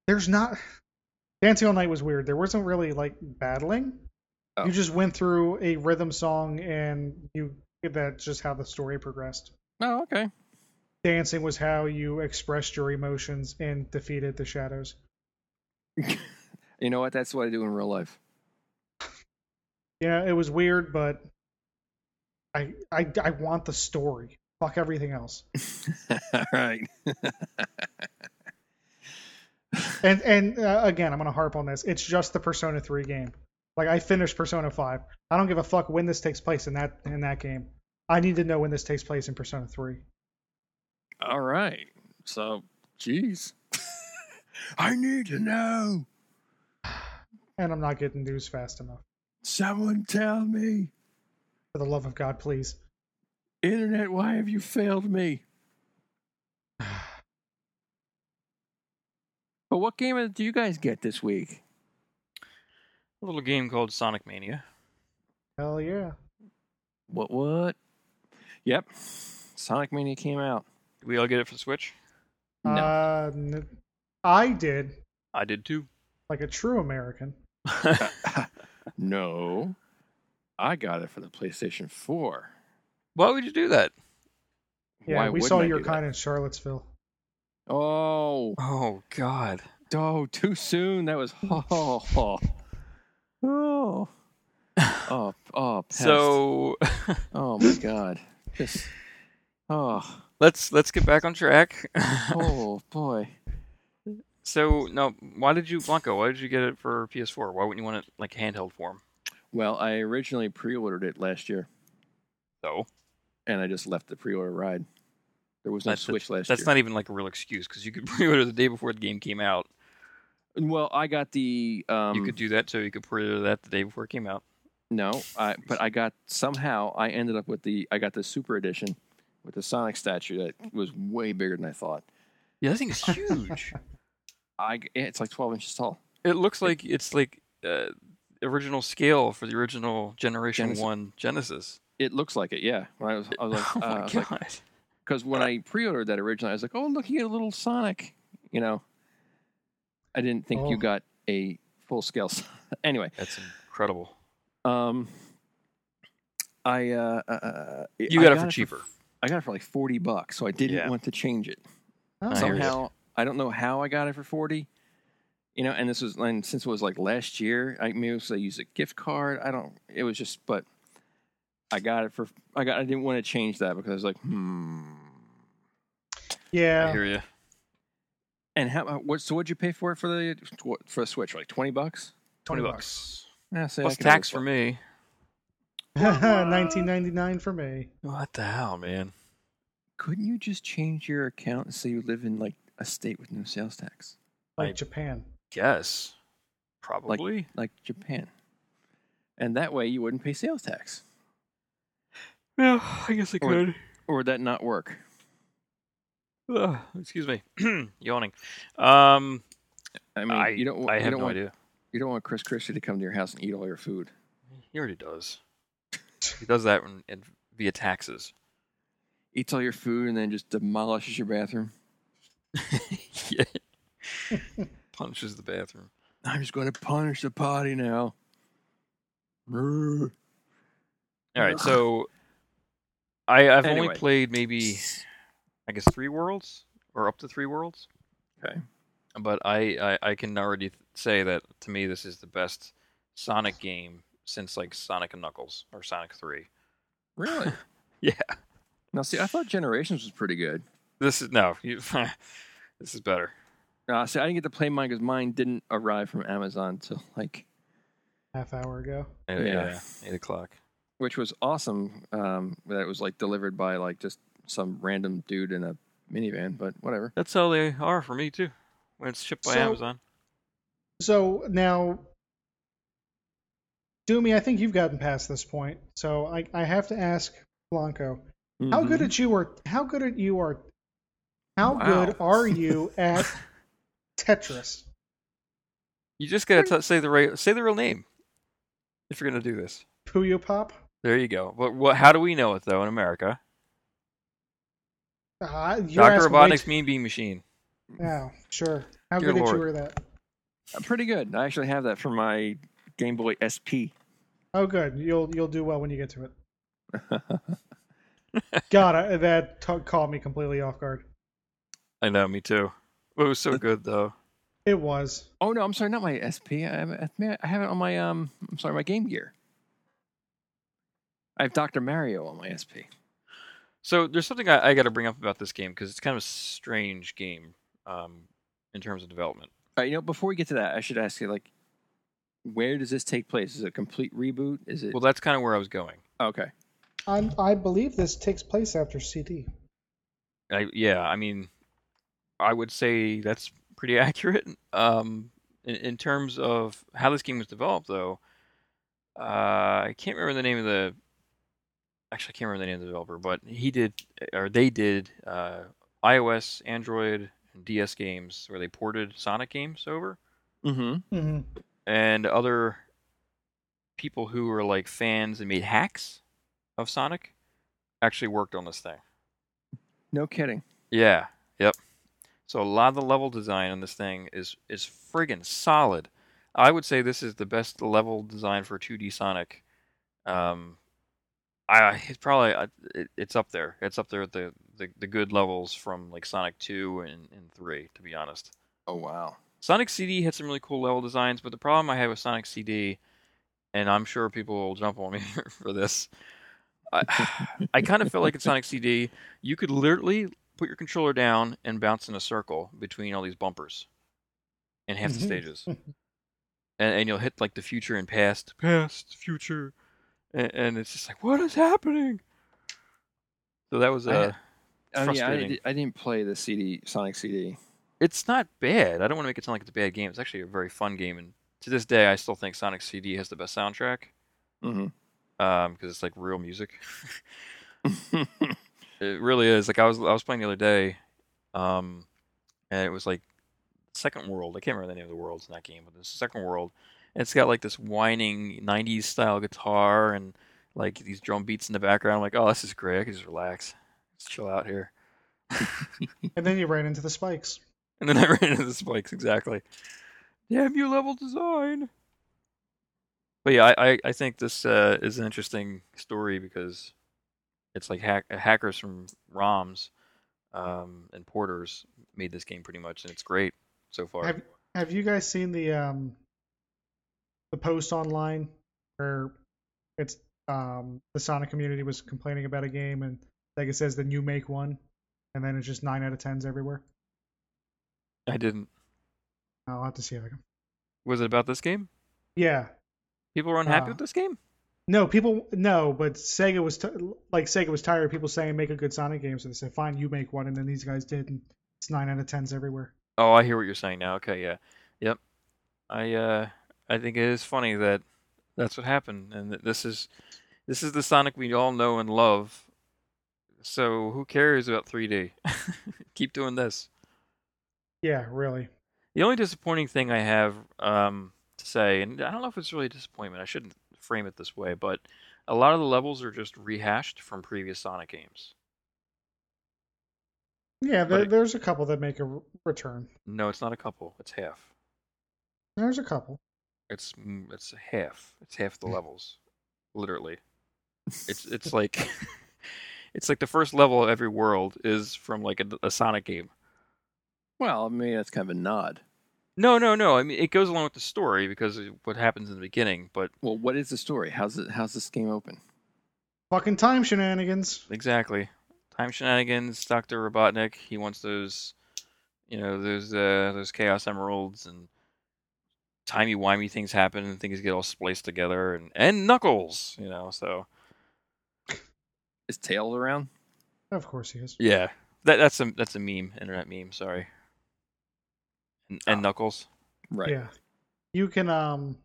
S2: There's not Dancing All Night was weird. There wasn't really like battling.
S1: Oh.
S2: You just went through a rhythm song, and you that's just how the story progressed.
S1: Oh, okay.
S2: Dancing was how you expressed your emotions and defeated the shadows.
S1: You know what? That's what I do in real life.
S2: Yeah, it was weird, but I I I want the story. Fuck everything else.
S1: all right.
S2: And and uh, again, I'm gonna harp on this. It's just the Persona 3 game. Like I finished Persona 5. I don't give a fuck when this takes place in that in that game. I need to know when this takes place in Persona 3.
S1: All right. So, jeez. I need to know.
S2: and I'm not getting news fast enough.
S1: Someone tell me.
S2: For the love of God, please.
S1: Internet, why have you failed me? But what game do you guys get this week?
S3: A little game called Sonic Mania.
S2: Hell yeah.
S1: What what? Yep. Sonic Mania came out.
S3: Did we all get it for the Switch?
S1: No.
S2: Uh, n- I did,
S3: I did too.
S2: like a true American.
S1: no. I got it for the PlayStation 4.
S3: Why would you do that?
S2: Yeah,
S1: Why
S2: we
S1: wouldn't
S2: saw
S1: I
S2: your
S1: do
S2: kind in Charlottesville.
S1: that? Oh,
S3: Oh God.
S1: oh, too soon. That was oh, oh, oh, oh, oh pest.
S3: So
S1: oh my god, just oh,
S3: let's let's get back on track.
S1: oh boy.
S3: so no, why did you Blanco? Why did you get it for PS4? Why wouldn't you want it like handheld form?
S1: Well, I originally pre-ordered it last year,
S3: So
S1: and I just left the pre-order ride. There was no
S3: That's-
S1: Switch last
S3: that's
S1: year.
S3: not even like a real excuse because you could pre-order the day before the game came out.
S1: well, I got the um,
S3: you could do that, so you could pre-order that the day before it came out.
S1: No, I but I got somehow I ended up with the I got the super edition with the Sonic statue that was way bigger than I thought.
S3: Yeah, that thing is huge.
S1: I it's like twelve inches tall.
S3: it looks like it's like uh, original scale for the original Generation
S1: Genesis.
S3: One Genesis.
S1: It looks like it, yeah. When I was, I was like,
S3: oh my god!
S1: because when I pre-ordered that originally, I was like, oh look, you get a little Sonic. You know, I didn't think you
S2: Oh.
S1: got a full scale. anyway,
S3: That's incredible.
S1: um, I uh, uh, uh
S3: You
S1: I
S3: got, it for
S1: for-
S3: cheaper.
S1: I got it for like forty bucks, so I didn't
S3: Yeah.
S1: want to change it.
S2: Oh,
S3: I hear you.
S1: somehow I don't know how I got it for forty. You know, and this was and since it was like last year, I maybe it was I used a gift card. I don't. It was just, but I got it for. I got. I didn't want to change that because I was like, hmm.
S3: I
S2: yeah,
S3: hear you.
S1: And how? uh, What? So what'd you pay for it for the what, for a Switch? Like twenty bucks?
S3: Twenty bucks
S1: Yeah, say
S3: plus tax for me.
S2: 1999 for me.
S3: What the hell, man?
S1: Couldn't you just change your account and say you live in like a state with no sales tax,
S2: Like
S3: Like-
S2: Japan.
S3: Guess probably.
S1: like Japan? And that way you wouldn't pay sales tax.
S3: yeah, I guess I
S1: Or- could. Or would that not work?
S3: Ugh, excuse me, yawning. Um,
S1: I mean,
S3: I,
S1: you don't.
S3: I
S1: you
S3: have
S1: don't
S3: no
S1: want,
S3: idea.
S1: You don't want Chris Christie to come to your house and eat all your food.
S3: He already does. He does that in, in, via taxes.
S1: Eats all your food and then just demolishes your bathroom.
S3: yeah. Punches the bathroom.
S1: I'm just going to punish the potty now. Brr.
S3: All right, so I, I've
S1: Anyway.
S3: only played maybe, I guess, three worlds or up to three worlds.
S1: Okay.
S3: But I, I, I can already th- say that to me, this is the best Sonic game since like Sonic and Knuckles or Sonic 3.
S1: Really?
S3: Yeah.
S1: Now, see, I thought Generations was pretty good.
S3: This is, no, you, this is better.
S1: Uh, see, I didn't get to play mine because mine didn't arrive from Amazon till like,
S2: Half hour ago.
S3: Yeah.
S1: Yeah.
S3: Eight o'clock.
S1: which was awesome. Um, that it was like delivered by like just some random dude in a minivan, but whatever.
S3: That's how they are for me, too, when it's shipped by
S2: So-
S3: Amazon.
S2: So now, Doomy, I think you've gotten past this point. So I, I have to ask Blanco, how
S3: Mm-hmm.
S2: good at you are? How good at you are? How
S1: Wow.
S2: good are you at Tetris?
S3: You just got
S2: Hmm.
S3: to say the right, say the real name if you're going to do this.
S2: Puyo Pop?
S3: There you go. But what, how do we know it, though, in America?
S2: Ah, you're
S3: Doctor
S2: asking way
S3: Robotnik's
S2: too-
S3: Mean Bean Machine.
S2: Yeah, sure. How
S3: Dear
S2: good at you
S3: Lord.
S2: were that?
S1: Uh, Pretty good. I actually have that for my Game Boy SP.
S2: Oh, good. You'll you'll do well when you get to it. God, I, that t- caught me completely off guard.
S3: I know, me too. It was so good though.
S2: It was.
S1: Oh no, I'm sorry, not my SP. I have, it- I have it on my um. I'm sorry, my Game Gear. I have Doctor Mario on my SP.
S3: So there's something I, I got to bring up about this game because it's kind of a strange game um, in terms of development.
S1: Uh, you know, before we get to that, I should ask you like, where does this take place? Is it a complete reboot? Is it
S3: Well, that's kind of where I was going.
S1: okay?
S2: I I believe this takes place after CD.
S3: I, yeah, I mean, I would say that's pretty accurate. Um, in, in terms of how this game was developed, though, uh, I can't remember the name of the. Actually, I can't remember the name of the developer, but he did, or they did, uh, iOS, Android, and DS games where they ported Sonic games over,
S1: Mm-hmm.
S2: hmm
S3: and other people who were like fans and made hacks of Sonic actually worked on this thing.
S1: No kidding.
S3: Yeah. Yep. So a lot of the level design on this thing is is friggin' solid. I would say this is the best level design for 2D Sonic. Um, I it's probably I- it, it's up there. It's up there at the, the the good levels from like Sonic 2 and, and 3. To be honest,
S1: Oh wow.
S3: Sonic CD had some really cool level designs, but the problem I had with Sonic CD, and I'm sure people will jump on me for this. I, I kind of felt like in Sonic CD, you could literally put your controller down and bounce in a circle between all these bumpers in half the
S2: Mhm.
S3: stages. And, and you'll hit like the future and past, past, future. And, and it's just like, what is happening? So that was
S1: I-
S3: uh,
S1: Oh, yeah, I,
S3: frustrating.
S1: di- I didn't play the CD Sonic CD.
S3: it's not bad. I don't want to make it sound like it's a bad game. It's actually a very fun game, and to this day, I still think Sonic CD has the best soundtrack
S1: Mm-hmm.
S3: because it's like real music.
S1: Mm-hmm.
S3: it really is. Like I was I was playing the other day, um, and it was like Second World. I can't remember the name of the worlds in that game, but it's Second World, and it's got like this whining '90s style guitar and like these drum beats in the background. I'm like, oh, this is great. I can just relax, just chill out here.
S2: And then you ran into the spikes.
S3: And then I ran into the spikes, exactly. Damn you, level design! But yeah, I, I, I think this uh, is an interesting story because it's like hack, hackers from ROMs um, and porters made this game pretty much, and it's great so far.
S2: Have Have you guys seen the um the post online where it's um the Sonic community was complaining about a game and like it says then you make one and then it's just nine out of tens everywhere.
S3: I didn't.
S2: I'll have to see if I can.
S3: Was it about this game?
S2: Yeah,
S3: People were unhappy
S2: Uh,
S3: with this game?
S2: No, people no, but Sega was t- like Sega was tired of people saying make a good Sonic game, so they said fine, you make one, and then these guys did, and it's nine out of tens everywhere.
S3: Oh, I hear what you're saying now. Okay, yeah, yep. I uh, I think it is funny that that's what happened, and that this is this is the Sonic we all know and love. So who cares about 3D? Keep doing this.
S2: Yeah, really.
S3: The only disappointing thing I have um, to say, and I don't know if it's really a disappointment. I shouldn't frame it this way, but a lot of the levels are just rehashed from previous Sonic games.
S2: Yeah, there,
S3: Right.
S2: there's a couple that make a r- return.
S3: No, it's not a couple. It's half.
S2: There's a couple.
S3: It's mm, it's half. It's half the levels, literally. It's it's like it's like the first level of every world is from like a, a Sonic game.
S1: well, I mean that's kind of a nod.
S3: No, no, no. I mean it goes along with the story because of what happens in the beginning, but
S1: Well, what is the story? How's it? How's this game open?
S2: Fucking time shenanigans.
S3: exactly. Time shenanigans, Doctor Robotnik. He wants those, you know, those uh, those Chaos Emeralds and timey wimey things happen and things get all spliced together and and Knuckles, you know. So
S1: Is Tails around?
S2: Of course he is.
S3: Yeah, that that's a that's a meme, internet meme. Sorry. And, and Knuckles.
S1: Right.
S2: Yeah. You can um,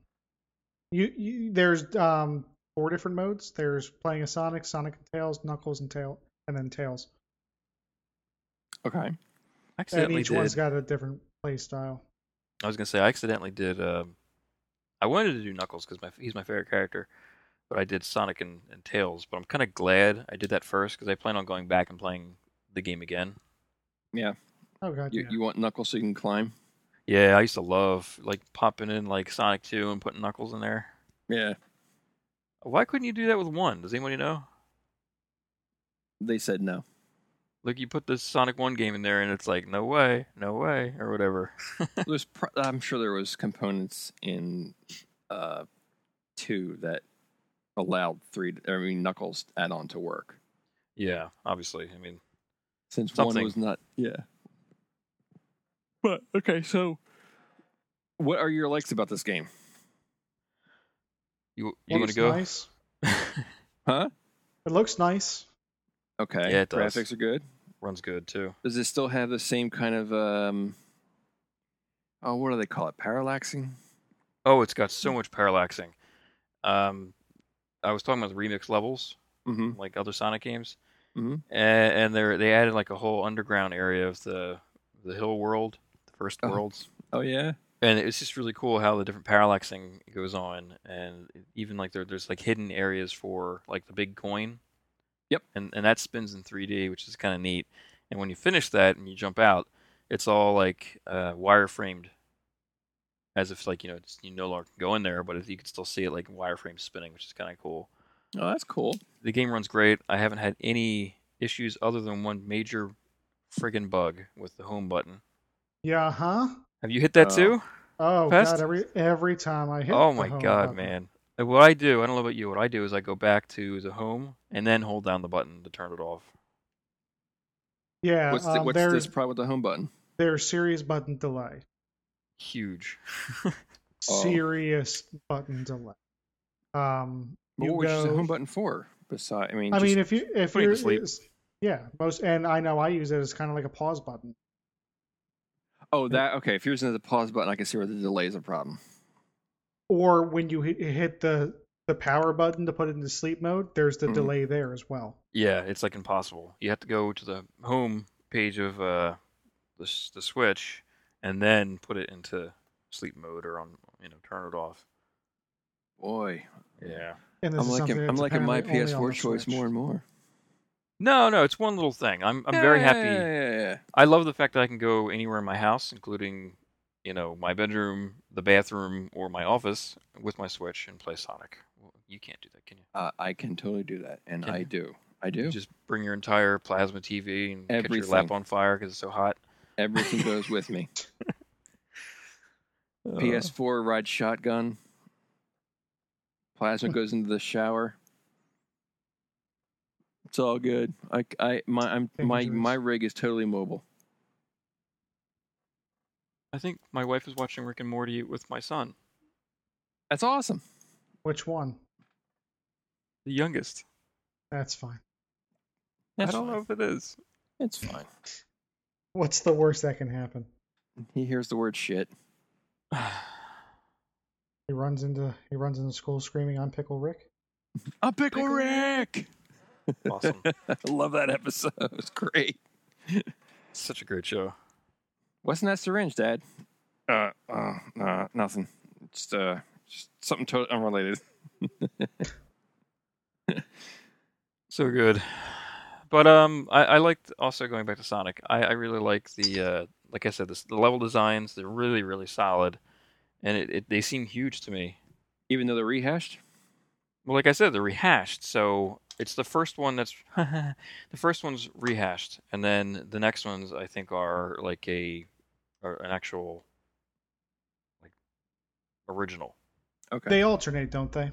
S2: you, you there's um four different modes. There's playing a Sonic, Sonic and Tails, Knuckles and Tail, and then Tails.
S1: Okay.
S3: I
S2: And
S3: accidentally
S2: each one's
S3: did.
S2: got a different play style.
S3: I was gonna say I accidentally did. Um, I wanted to do Knuckles because my he's my favorite character, but I did Sonic and, and Tails. But I'm kind of glad I did that first because I plan on going back and playing the game again.
S2: Oh god,
S1: You,
S2: yeah.
S1: you want Knuckles so you can climb?
S3: Yeah, I used to love like popping in like Sonic Two and putting Knuckles in there.
S1: Yeah.
S3: Why couldn't you do that with one? Does anybody know?
S1: They said no.
S3: Like you put the Sonic One game in there and it's like no way, no way, or whatever.
S1: There's, pro- I'm sure there was components in uh, two that allowed three. I mean, Knuckles add on to work
S3: Yeah, obviously. I mean,
S1: since
S3: Something.
S1: one was not. Yeah. But okay, so what are your likes about this game?
S3: you you
S2: Well,
S3: want
S2: it's
S3: to go?
S2: Nice.
S1: Huh?
S2: It looks nice.
S1: Okay.
S3: Yeah, it does.
S1: Graphics are good.
S3: Runs good too.
S1: Does it still have the same kind of um, Oh, what do they call it? Parallaxing.
S3: Oh, it's got so much parallaxing. Um, I was talking about the remix levels,
S1: Mm-hmm.
S3: like other Sonic games,
S1: Mhm.
S3: A- and they they added like a whole underground area of the the hill world, the first
S1: Oh.
S3: worlds,
S1: Oh yeah.
S3: and it's just really cool how the different parallaxing goes on, and even like there there's like hidden areas for like the big coin.
S1: Yep.
S3: and and that spins in 3D, which is kind of neat. And when you finish that and you jump out, it's all like uh, wireframed, as if like you know it's, you no longer can go in there, but if you can still see it like wireframe spinning, which is kind of cool
S1: Oh, that's cool.
S3: the game runs great. I haven't had any issues other than one major friggin' bug with the home button.
S2: Yeah, huh?
S3: Have you hit that
S1: Oh.
S3: too?
S2: Oh
S3: Fast-
S2: god, every every time I hit.
S3: Oh
S2: the
S3: my
S2: home
S3: god,
S2: button.
S3: man. Uh, What I do, I don't know about you, what I do is I go back to the home and then hold down the button to turn it off.
S2: Yeah,
S1: What's, the,
S2: um,
S1: what's
S2: their
S1: this problem with the home button?
S2: their serious button delay.
S3: Huge.
S1: Oh.
S2: Serious button delay. Um,
S1: What
S2: you
S1: was the
S2: go-
S1: home button for? Besides, I mean,
S2: I
S1: just-
S2: mean, if you if
S3: putting
S2: you're
S3: to sleep.
S2: it's- yeah, most and I know I use it as kind of like a pause button.
S1: oh that okay. If you're using the pause button, I can see where the delay is a problem.
S2: Or when you hit, hit the the power button to put it into sleep mode, there's the
S3: Mm-hmm.
S1: Mhm.
S2: delay there as well.
S3: yeah, it's like impossible. You have to go to the home page of uh, the, s- the Switch and then put it into sleep mode or on, you know, turn it off.
S1: Boy,
S3: Yeah.
S2: And this
S1: I'm
S2: is
S1: liking
S2: something
S1: I'm
S2: that's
S1: liking my
S2: apparently only on
S1: PS4
S2: the
S1: choice
S2: Switch.
S1: more and more.
S3: No, no, it's one little thing. I'm I'm very happy.
S1: Yeah, yeah, yeah.
S3: I love the fact that I can go anywhere in my house, including, you know, my bedroom, the bathroom, or my office with my Switch and play Sonic. Well, you can't do that, can you?
S1: Uh, I can totally do that, and
S3: Can
S1: I
S3: you?
S1: do. I
S3: You
S1: do.
S3: just bring your entire plasma TV and catch your lap
S1: Everything.
S3: on fire because it's so hot.
S1: Everything goes with me. PS4 rides shotgun. Plasma goes into the shower. It's all good. I, I, my, I'm, my,
S2: Dangerous.
S1: my rig is totally mobile.
S3: I think my wife is watching Rick and Morty with my son,
S1: That's awesome.
S2: Which one?
S3: the youngest.
S2: That's fine.
S1: That's
S3: I don't
S1: fine.
S3: know if it is.
S1: It's fine.
S2: What's the worst that can happen?
S1: He hears the word shit.
S2: He runs into he runs into school screaming, "I'm Pickle Rick."
S1: I'm Pickle, Rick.
S3: awesome.
S1: I love that episode. It was great.
S3: Such a great show.
S1: What's in that syringe, Dad? Uh, uh, uh nothing. Just, uh, just something totally unrelated.
S3: So good. But um, I, I liked also going back to Sonic. I, I really like the uh, like I said, this, the level designs. They're really really solid, and it, it they seem huge to me.
S1: Even though they're rehashed.
S3: Well, like I said, they're rehashed. So it's the first one that's the first one's rehashed, and then the next ones I think are like a are an actual like original.
S1: Okay.
S2: They alternate, don't they?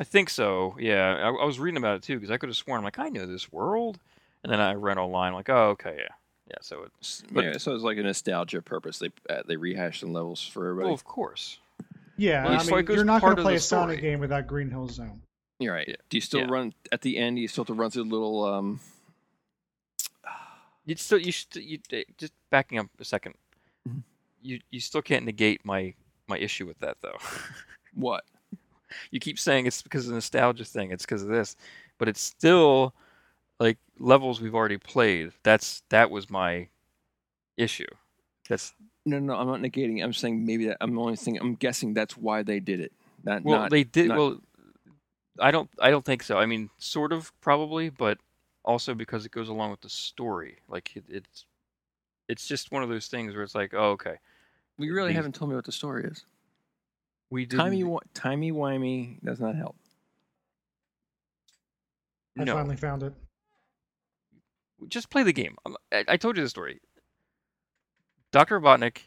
S3: I think so. Yeah, I, I was reading about it too because I could have sworn I'm like I know this world, and then I read online like oh okay yeah yeah so it but-
S1: yeah, so it's like a nostalgia purpose. They uh, they rehash the levels for everybody.
S3: Well, of course.
S2: Yeah,
S3: Well,
S2: I
S3: it's
S2: mean,
S3: like it's
S2: you're not
S3: part
S2: going
S3: of
S2: to play
S3: the
S2: a Sonic
S3: story.
S2: game without Green Hill Zone.
S1: You're right.
S3: Yeah.
S1: Do you still
S3: Yeah.
S1: run at the end? You still have to run through the little. Um,
S3: You still you should you eh, just backing up a 2nd
S1: Mhm.
S3: You you still can't negate my my issue with that though.
S1: what?
S3: you keep saying it's because of the nostalgia thing, it's because of this, but it's still like levels we've already played. That's that was my issue. That's
S1: No, no, I'm not negating. I'm saying maybe that. I'm only saying. I'm guessing that's why they did it. Not,
S3: well
S1: not-
S3: they did
S1: not-
S3: well. I don't I don't think so. I mean, sort of probably, but also because it goes along with the story. Like it, it's it's just one of those things where it's like oh okay
S1: we really
S3: these-
S1: haven't told me what the story is.
S3: we did
S1: Timey, wi- timey wimey does not help.
S2: I
S3: no.
S2: finally found it.
S3: just play the game. Um, I, I told you the story. Doctor Robotnik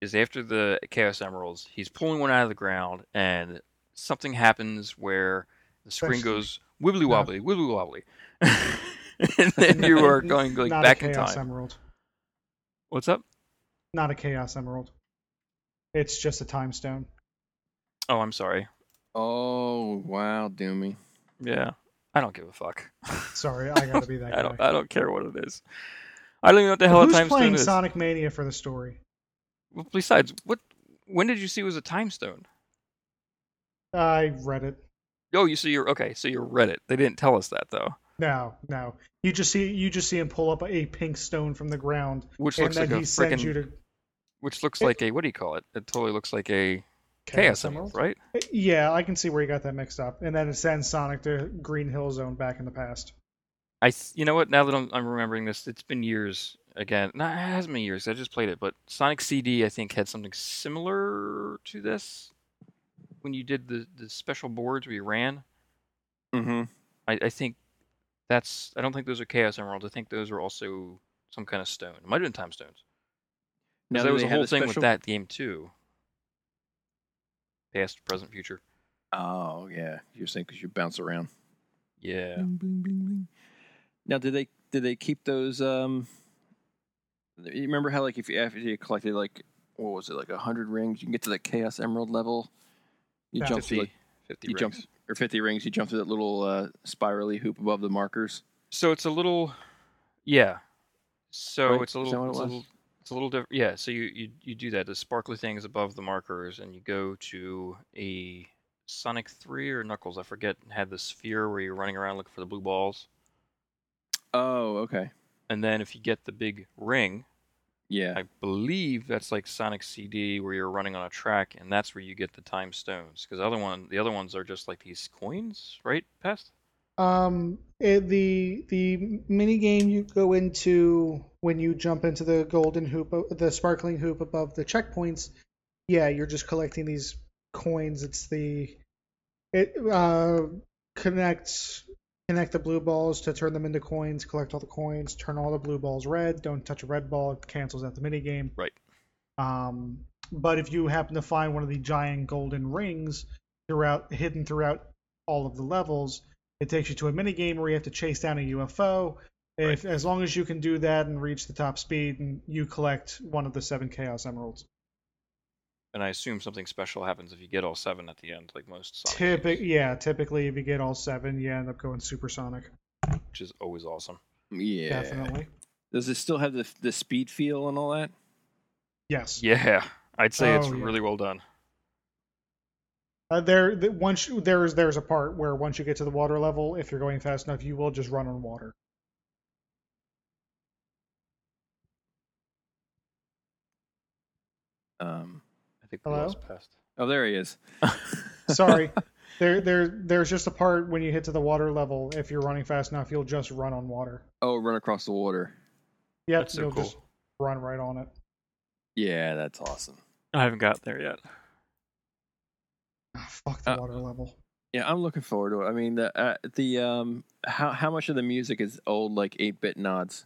S3: is after the Chaos Emeralds. He's pulling one out of the ground, and something happens where the screen
S2: Especially-
S3: goes wibbly
S2: No.
S3: wobbly, wibbly wobbly, and then you are going like
S2: not
S3: back
S2: a
S3: in
S2: Chaos
S3: time.
S2: Emerald.
S3: What's up?
S2: Not a Chaos Emerald. It's just a time stone.
S3: Oh, I'm sorry.
S1: Oh wow, Doomy.
S3: Yeah, I don't give a fuck.
S2: Sorry, I gotta be that
S3: I don't.
S2: guy.
S3: I don't care what it is. I don't even know what the hell a
S2: Who's
S3: time stone
S2: playing
S3: is.
S2: Sonic Mania for the story?
S3: Well, besides, what? When did you see it was a time stone?
S2: I read it.
S3: Oh, you see, you're okay. So you read it. They didn't tell us that though.
S2: No, no. You just see you just see him pull up a pink stone from the ground,
S3: Which
S2: and
S3: looks
S2: then
S3: like a
S2: he sends you
S3: freaking.
S2: to.
S3: Which looks like a what do you call it? It totally looks like a chaos emerald, right?
S2: Uh, Yeah, I can see where you got that mixed up. And then it sends Sonic to Green Hill Zone back in the past.
S3: I th- you know what? Now that I'm, I'm remembering this, it's been years again. Not it hasn't been years. I just played it, but Sonic CD I think had something similar to this when you did the the special boards we ran.
S1: Mm-hmm.
S3: I, I think that's. I don't think those are chaos emeralds. I think those are also some kind of stone. It might have been time stones. 'Cause there was a whole thing with that game too. Past, present, future.
S1: Oh yeah, you're saying because you bounce around.
S3: Yeah.
S1: Bling, bling, bling, bling. Now, did they did they keep those? Um, you remember how like if you after you collected like what was it like a hundred rings, you can get to the Chaos Emerald level. You
S2: Yeah.
S1: jump through like,
S3: 50, 50
S1: you jump
S3: rings.
S1: or fifty rings. You jump through that little uh, spirally hoop above the markers.
S3: So it's a little, yeah. So
S1: Right?
S3: it's a
S1: Is
S3: little,
S1: that what it
S3: it's, a
S1: was?
S3: little it's a little different. Yeah. So you, you you do that. The sparkly thing is above the markers, and you go to a Sonic Three or Knuckles. I forget. Had the sphere where you're running around looking for the blue balls,
S1: Oh, okay,
S3: and then if you get the big ring,
S1: yeah,
S3: I believe that's like Sonic CD where you're running on a track, and that's where you get the time stones. Because other one, the other ones are just like these coins, right? Pest.
S2: Um, it, the the mini game you go into when you jump into the golden hoop, o- the sparkling hoop above the checkpoints. Yeah, you're just collecting these coins. It's the it uh connects connect the blue balls to turn them into coins. Collect all the coins. Turn all the blue balls red. Don't touch a red ball. It cancels out the mini game.
S3: Right.
S2: Um, but if you happen to find one of the giant golden rings throughout hidden throughout all of the levels, it takes you to a mini game where you have to chase down a UFO. If as long as you can do that and reach the top speed, and you collect one of the seven Chaos Emeralds.
S3: And I assume something special happens if you get all seven at the end, like most Sonic. games.
S2: Typic, yeah, typically if you get all seven, you end up going supersonic.
S3: which is always awesome.
S1: yeah.
S2: Definitely.
S1: Does it still have the the speed feel and all that?
S2: Yes.
S3: Yeah, I'd say it's
S2: Oh, yeah.
S3: really well done.
S2: Uh, there, the, once you- there is there is a part where once you get to the water level, if you're going fast enough, you will just run on water.
S1: Um,
S3: I think
S2: we Hello?
S3: was
S2: lost
S3: past.
S1: oh, there he is.
S2: Sorry. There, there, there's just a part when you hit to the water level. If you're running fast enough, you'll just run on water.
S1: Oh, run across the water.
S2: Yep,
S3: That's so
S2: you'll
S3: cool.
S2: just run right on it.
S1: Yeah, that's awesome.
S3: I haven't got there yet.
S2: Ah, fuck the
S3: Uh,
S2: water level.
S1: Yeah, I'm looking forward to it. I mean, the uh, the um, how how much of the music is old like eight bit nods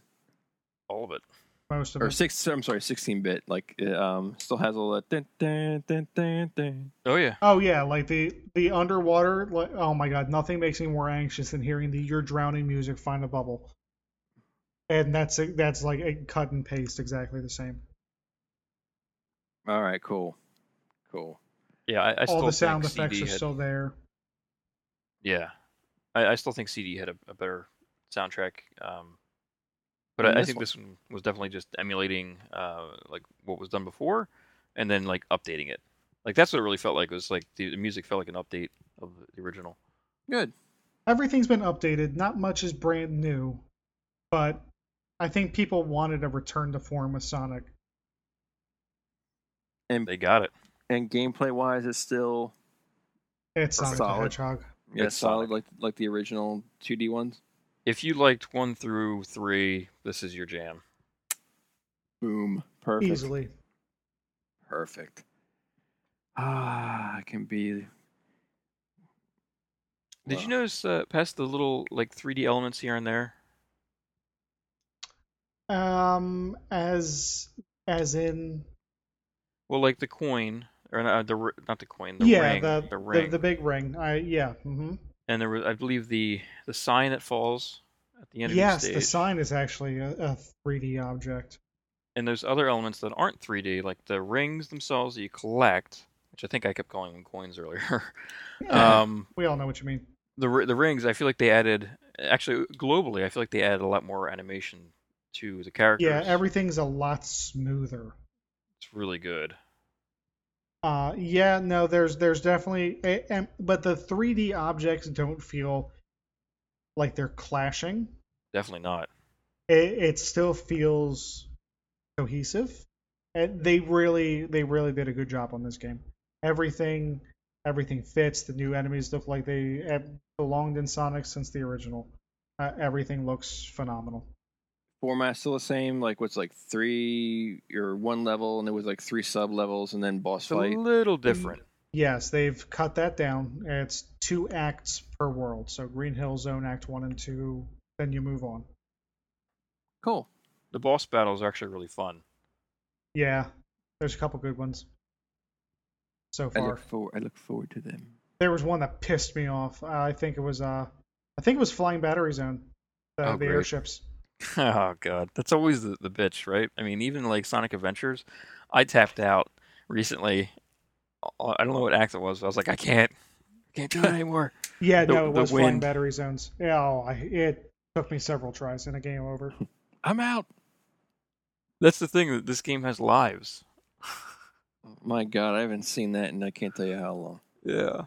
S3: All of it.
S2: Most of
S1: or
S3: Mm-hmm.
S2: it.
S1: six? I'm sorry, sixteen bit. Like uh, um, still has all that. Dun, dun, dun, dun, dun.
S3: Oh yeah.
S2: Oh yeah, like the the underwater. Like, oh my god, nothing makes me more anxious than hearing the "You're drowning" music. Find a bubble, and that's a, that's like a cut and paste, exactly the same.
S1: All right, cool, cool.
S3: Yeah, I, I still
S2: All the
S3: think
S2: sound effects
S3: CD
S2: are
S3: had,
S2: still there.
S3: Yeah, I, I still think CD had a, a better soundtrack. Um, but
S1: Than
S3: I, I
S1: this
S3: think
S1: one.
S3: this one was definitely just emulating uh, like what was done before, and then like updating it. Like that's what it really felt like. It was like the, the music felt like an update of the original.
S1: Good.
S2: Everything's been updated. Not much is brand new, but I think people wanted a return to form with Sonic.
S3: They got it.
S1: And gameplay wise, it's still
S2: It's Sonic the
S1: Solid.
S2: Hedgehog.
S1: yeah,
S3: It's
S1: solid like
S3: Sonic.
S1: like the original 2D ones.
S3: If you liked one through three, this is your jam.
S1: Boom, perfect,
S2: Easily.
S1: perfect. Ah, I can be.
S3: Did you
S1: Wow.
S3: notice uh, past the little like 3D elements here and there?
S2: Um, as as in
S3: Well, like the coin, or not, the r- not the coin, the
S2: yeah,
S3: ring,
S2: the,
S3: ring,
S2: the big ring. I yeah. hmm
S3: and there was, I believe, the the sign that falls at the end
S2: Yes,
S3: of each
S2: the
S3: stage,
S2: sign is actually a, a 3D object.
S3: and there's other elements that aren't 3D, like the rings themselves that you collect, which I think I kept calling them coins earlier. um,
S2: we all know what you mean.
S3: the r- the rings, I feel like they added, actually globally, I feel like they added a lot more animation to the characters.
S2: Yeah, everything's a lot smoother.
S3: it's it's really good.
S2: Uh, yeah, no, there's there's definitely, a- and, but the 3D objects don't feel like they're clashing.
S3: Definitely not.
S2: It, it still feels cohesive. And they really they really did a good job on this game. Everything everything fits. The new enemies look like they have belonged in Sonic since the original. Uh, everything looks phenomenal.
S1: Format still the same. Like what's like three or one level, and there was like three sub levels, and then boss
S3: It's a
S1: fight.
S3: little different.
S2: Yes, they've cut that down. It's two acts per world. So Green Hill Zone Act 1 and 2, then you move on.
S1: Cool.
S3: The boss battles are actually really fun.
S2: Yeah, there's a couple good ones so
S1: I
S2: far.
S1: look forward. I look forward to them.
S2: There was one that pissed me off. Uh, I think it was uh, I think it was Flying Battery Zone, the,
S3: Oh,
S2: the
S3: great.
S2: airships.
S3: Oh god, that's always the, the bitch, right? I mean, even like Sonic Adventures, I tapped out recently. I I don't know what act it was. But I was like, I can't, I can't do it anymore.
S2: Yeah,
S3: The-
S2: no, it
S3: the
S2: was Flying
S3: wind.
S2: Battery Zones. Yeah, oh, I, it took me several tries and a game over.
S1: I'm out.
S3: That's the thing that this game has lives.
S1: My God, I haven't seen that, and I can't tell you how long.
S3: Yeah.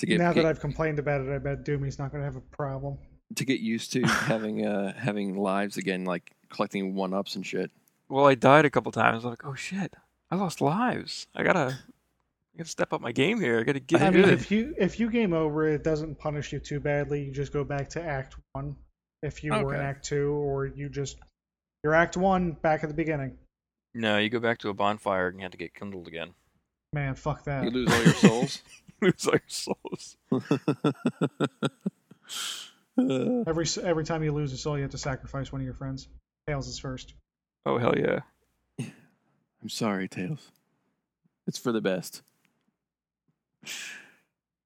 S1: To get,
S2: now
S1: get-
S2: that I've complained about it, I bet Doomy's not going to have a problem.
S1: to get used to having uh having lives again, like collecting one ups and shit.
S3: Well, I died a couple times. I'm like, oh shit, I lost lives. I gotta, I gotta step up my game here. I gotta get
S2: I mean,
S3: good.
S2: if you if you game over, it doesn't punish you too badly. You just go back to Act One if you were in
S1: Okay.
S2: Act Two, or you just you're Act One back at the beginning.
S3: No, you go back to a bonfire and you have to get kindled again.
S2: Man, fuck that.
S1: You lose all your souls.
S3: Lose all your souls.
S1: Uh,
S2: Every s- every time you lose a soul, you have to sacrifice one of your friends. Tails is first.
S3: Oh hell yeah.
S1: I'm sorry, Tails. It's for the best.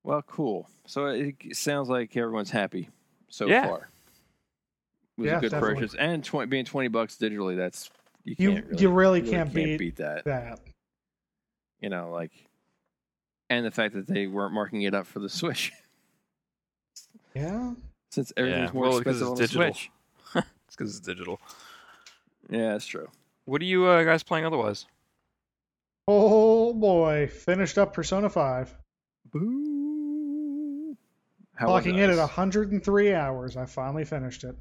S1: Well, cool. So it it sounds like everyone's happy so
S3: Yeah.
S1: far. It was
S2: Yeah,
S1: a good
S2: definitely.
S1: purchase, and 20, being twenty bucks digitally, that's you
S2: You
S1: can't really,
S2: you really
S1: really
S2: can't, beat,
S1: that.
S2: that.
S1: You know, like, and the fact that they weren't marking it up for the Switch,
S2: Yeah.
S1: since everything's
S3: yeah.
S1: more
S3: well, because
S1: expensive
S3: it's
S1: on the
S3: digital.
S1: Switch.
S3: it's because it's digital.
S1: Yeah, that's true.
S3: What are you uh, guys playing otherwise?
S2: Oh boy, finished up Persona Five,
S1: Boo. How was
S2: clocking in
S1: Ice?
S2: at 103 hours. I finally finished it.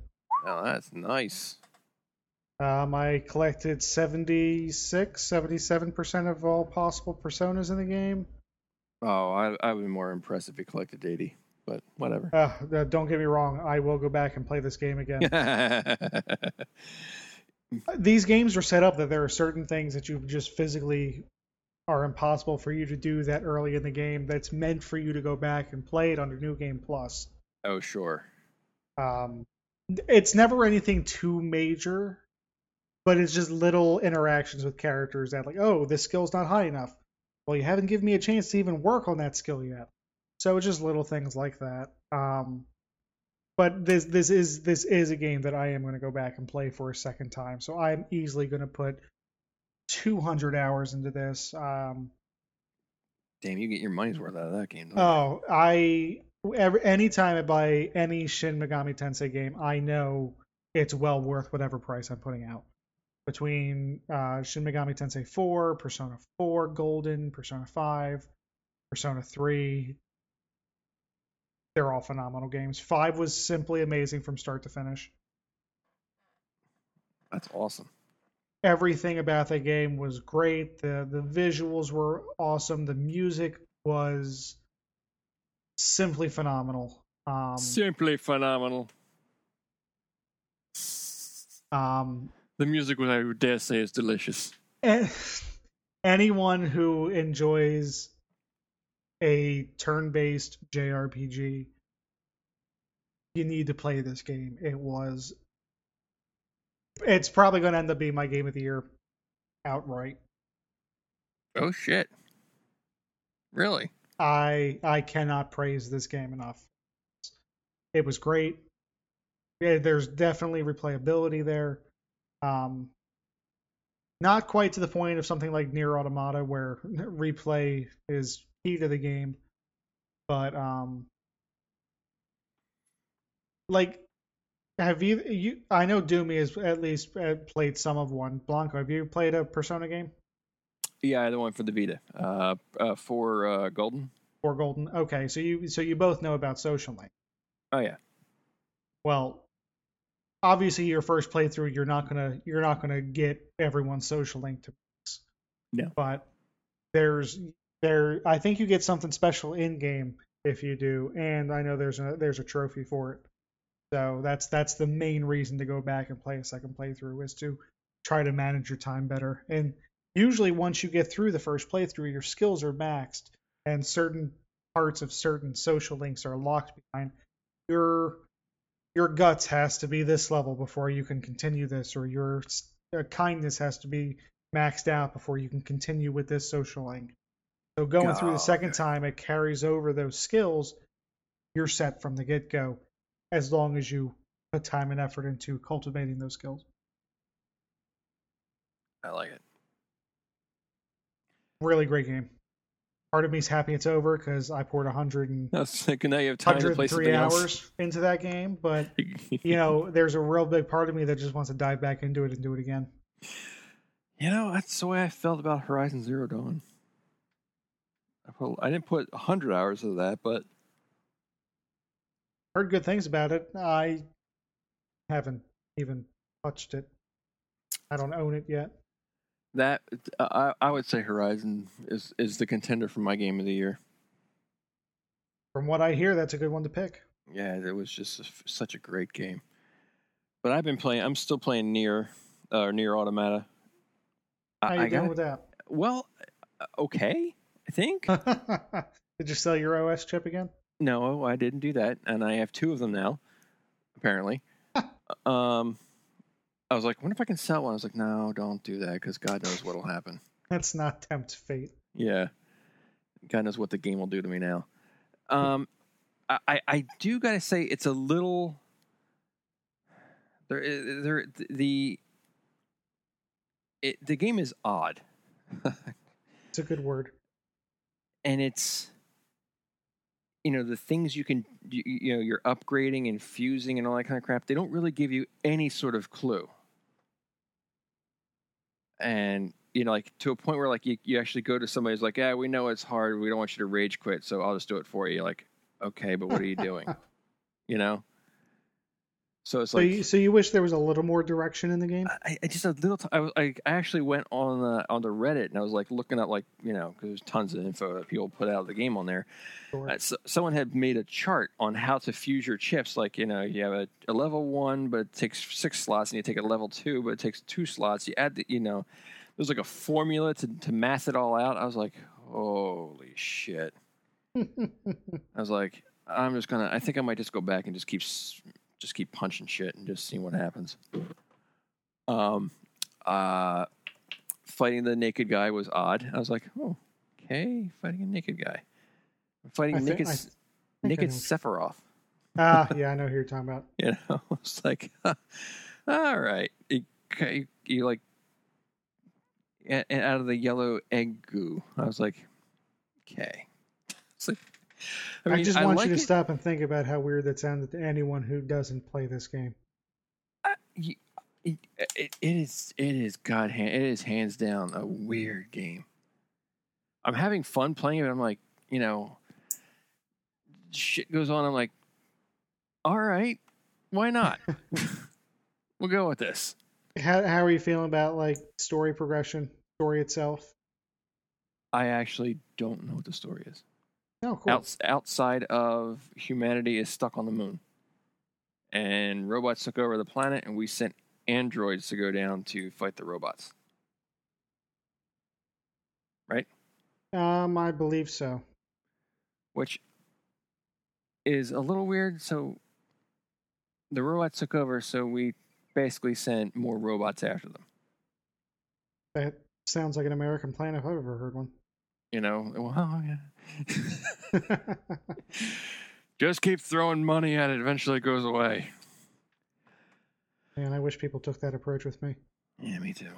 S1: Oh, that's nice.
S2: Um, I collected 76, 77% of all possible personas in the game.
S1: Oh, I I would be more impressed if you collected 80, but whatever.
S2: Uh, uh, don't get me wrong, I will go back and play this game again. Uh, These games are set up that there are certain things that you just physically are impossible for you to do that early in the game that's meant for you to go back and play it under New Game Plus.
S1: oh, sure.
S2: Um, it's never anything too major, but it's just little interactions with characters that, like, oh, this skill's not high enough. Well, you haven't given me a chance to even work on that skill yet. So it's just little things like that. Um, but this this is this is a game that I am going to go back and play for a second time. So I'm easily going to put 200 hours into this. Um,
S1: Damn, you get your money's worth out of that game. don't you?
S2: Oh, I every anytime I buy any Shin Megami Tensei game, I know it's well worth whatever price I'm putting out. Between uh, Shin Megami Tensei 4, Persona 4 Golden, Persona 5, Persona 3, they're all phenomenal games. Five was simply amazing from start to finish.
S1: that's awesome.
S2: everything about that game was great. The the visuals were awesome. The music was simply phenomenal. Um,
S1: Simply phenomenal.
S2: um,
S1: The music, what I would dare say, is delicious.
S2: a- anyone who enjoys a turn-based JRPG, you need to play this game. It was. It's probably going to end up being my game of the year, outright.
S1: Oh shit! Really?
S2: I I cannot praise this game enough. It was great. Yeah, there's definitely replayability there. Um, not quite to the point of something like Near Automata where replay is key to the game, but um, like have you you I know Doomy has at least uh, played some of one. Blanco, have you played a Persona game?
S1: yeah, the one for the Vita. Uh, uh, for uh, Golden.
S2: Or Golden. Okay, so you so you both know about Social Link.
S1: Oh yeah.
S2: Well, obviously, your first playthrough, you're not gonna you're not gonna get everyone's Social Link to mix.
S1: No.
S2: But there's there. I think you get something special in game if you do, and I know there's a there's a trophy for it. So that's that's the main reason to go back and play a second playthrough is to try to manage your time better. And usually once you get through the first playthrough, your skills are maxed and certain parts of certain social links are locked behind. Your your guts has to be this level before you can continue this, or your uh, kindness has to be maxed out before you can continue with this social link. So going through the
S1: God.
S2: second time, it carries over those skills. You're set from the get go, as long as you put time and effort into cultivating those skills.
S1: I like it.
S2: Really great game. Part of me's happy it's over because I poured 100 and,
S1: That's like now you have time to play
S2: 103
S1: something
S2: hours
S1: else.
S2: into that game, but you know, there's a real big part of me that just wants to dive back into it and do it again.
S1: You know, that's the way I felt about Horizon Zero Dawn. I, put, I didn't put 100 hours of that, but
S2: Heard good things about it. I haven't even touched it. I don't own it yet.
S1: that I, I would say Horizon is, is the contender for my game of the year.
S2: From what I hear, that's a good one to pick.
S1: Yeah, it was just a, such a great game. But I've been playing. I'm still playing near, uh, near Automata.
S2: How you
S1: I, I
S2: doing
S1: got
S2: with that?
S1: well, uh, okay. I think
S2: Did you sell your OS chip again?
S1: no, I didn't do that, and I have two of them now. Apparently, um, I was like, wonder if I can sell one. I was like, no, don't do that because God knows what'll happen.
S2: Let's not tempt fate.
S1: Yeah. God knows what the game will do to me now. Um, I, I- I do gotta say it's a little there i- there the it, the game is odd
S2: It's a good word.
S1: and it's you know the things you can you, you know you're upgrading and fusing and all that kind of crap they don't really give you any sort of clue and you know like to a point where like you, you actually go to somebody who's like yeah we know it's hard we don't want you to rage quit so i'll just do it for you like okay but what are you doing you know so it's
S2: So,
S1: like
S2: you, so you wish there was a little more direction in the game?
S1: I, I just a little. T- I, was- I I actually went on the on the Reddit and I was like looking at like you know because there's tons of info that people put out of the game on there.
S2: Sure.
S1: Uh, s someone had made a chart on how to fuse your chips. Like you know you have a, a level one, but it takes six slots, and you take a level two, but it takes two slots. You add the you know there's like a formula to to math it all out. I was like, holy shit. I was like, I'm just gonna. I think I might just go back and just keep s- just keep punching shit and just see what happens. Um, uh, fighting the naked guy was odd. I was like, oh, okay, fighting a naked guy, fighting
S2: I thi-
S1: naked
S2: I
S1: s-
S2: think I
S1: naked
S2: know.
S1: Sephiroth.
S2: Ah, yeah, I know who you're talking about.
S1: You know, it's like, all right, you, you, you like a- and out of the yellow egg goo. I was like, okay. It's like,
S2: I,
S1: mean,
S2: just want
S1: like
S2: you to
S1: it.
S2: stop and think about how weird that sounded to anyone who doesn't play this game.
S1: y- it, it, it is it is god hand it is hands down a weird game. I'm having fun playing it. I'm like, you know, shit goes on. I'm like, all right, why not? we'll go with this.
S2: How how are you feeling about like story progression, story itself?
S1: I actually don't know what the story is.
S2: Oh, cool.
S1: Outs- outside of humanity is stuck on the moon, and robots took over the planet, and we sent androids to go down to fight the robots.
S2: Um, I believe so.
S1: which is a little weird. So the robots took over, so we basically sent more robots after them.
S2: That sounds like an American plan if I've ever heard one.
S1: You know, well, yeah. Just keep throwing money at it. Eventually, it goes away.
S2: Man, I wish people took that approach with me.
S1: Yeah, me too.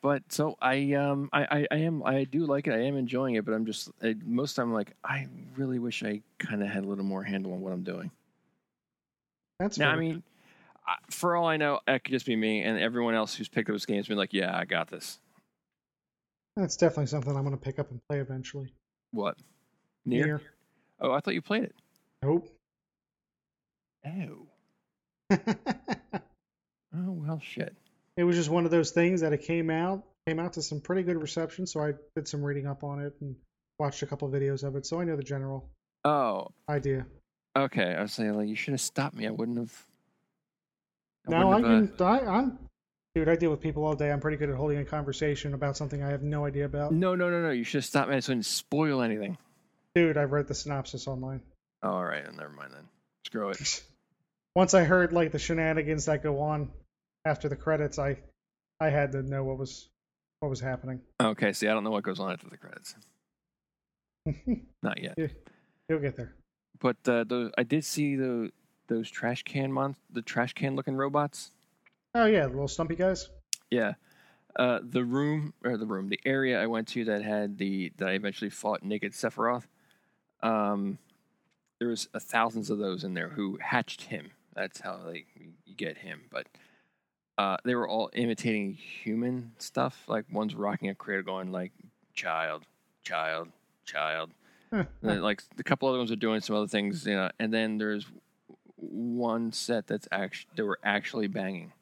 S1: But so I, um, I, I, I am, I do like it. I am enjoying it. But I'm just I, most of the time like I really wish I kind of had a little more handle on what I'm doing.
S2: That's
S1: Now, I
S2: fair.
S1: mean, I- for all I know, it could just be me and everyone else who's picked up this game has been like, "Yeah, I got this."
S2: That's definitely something I'm going to pick up and play eventually.
S1: What? Near?
S2: Nier.
S1: Oh, I thought you played it.
S2: Nope.
S1: Oh. Oh well, shit.
S2: it was just one of those things that it came out came out to some pretty good reception, so I did some reading up on it and watched a couple videos of it, so I know the general
S1: Oh,
S2: idea.
S1: okay. I was saying like you should have stopped me. I wouldn't have.
S2: No, I
S1: wouldn't have, uh,
S2: can. I, I'm, dude. I deal with people all day. I'm pretty good at holding a conversation about something I have no idea about.
S1: No, no, no, no. You should have stopped me so I didn't spoil anything.
S2: Dude, I read the synopsis online.
S1: All right, never mind then. Screw it.
S2: Once I heard like the shenanigans that go on after the credits, I, I had to know what was, what was happening.
S1: Okay, see, I don't know what goes on after the credits. Not yet.
S2: You'll get there.
S1: But uh, those, I did see the those trash can mon- the trash can looking robots.
S2: Oh yeah, the little stumpy guys.
S1: Yeah. Uh, the room or the room, the area I went to that had the that I eventually fought naked Sephiroth. Um, there was uh, thousands of those in there who hatched him. That's how they you get him. But uh, they were all imitating human stuff. Like one's rocking a cradle, going like "child, child, child."
S2: Huh.
S1: And then, like a couple other ones are doing some other things, you know. And then there's one set that's actually they were actually banging.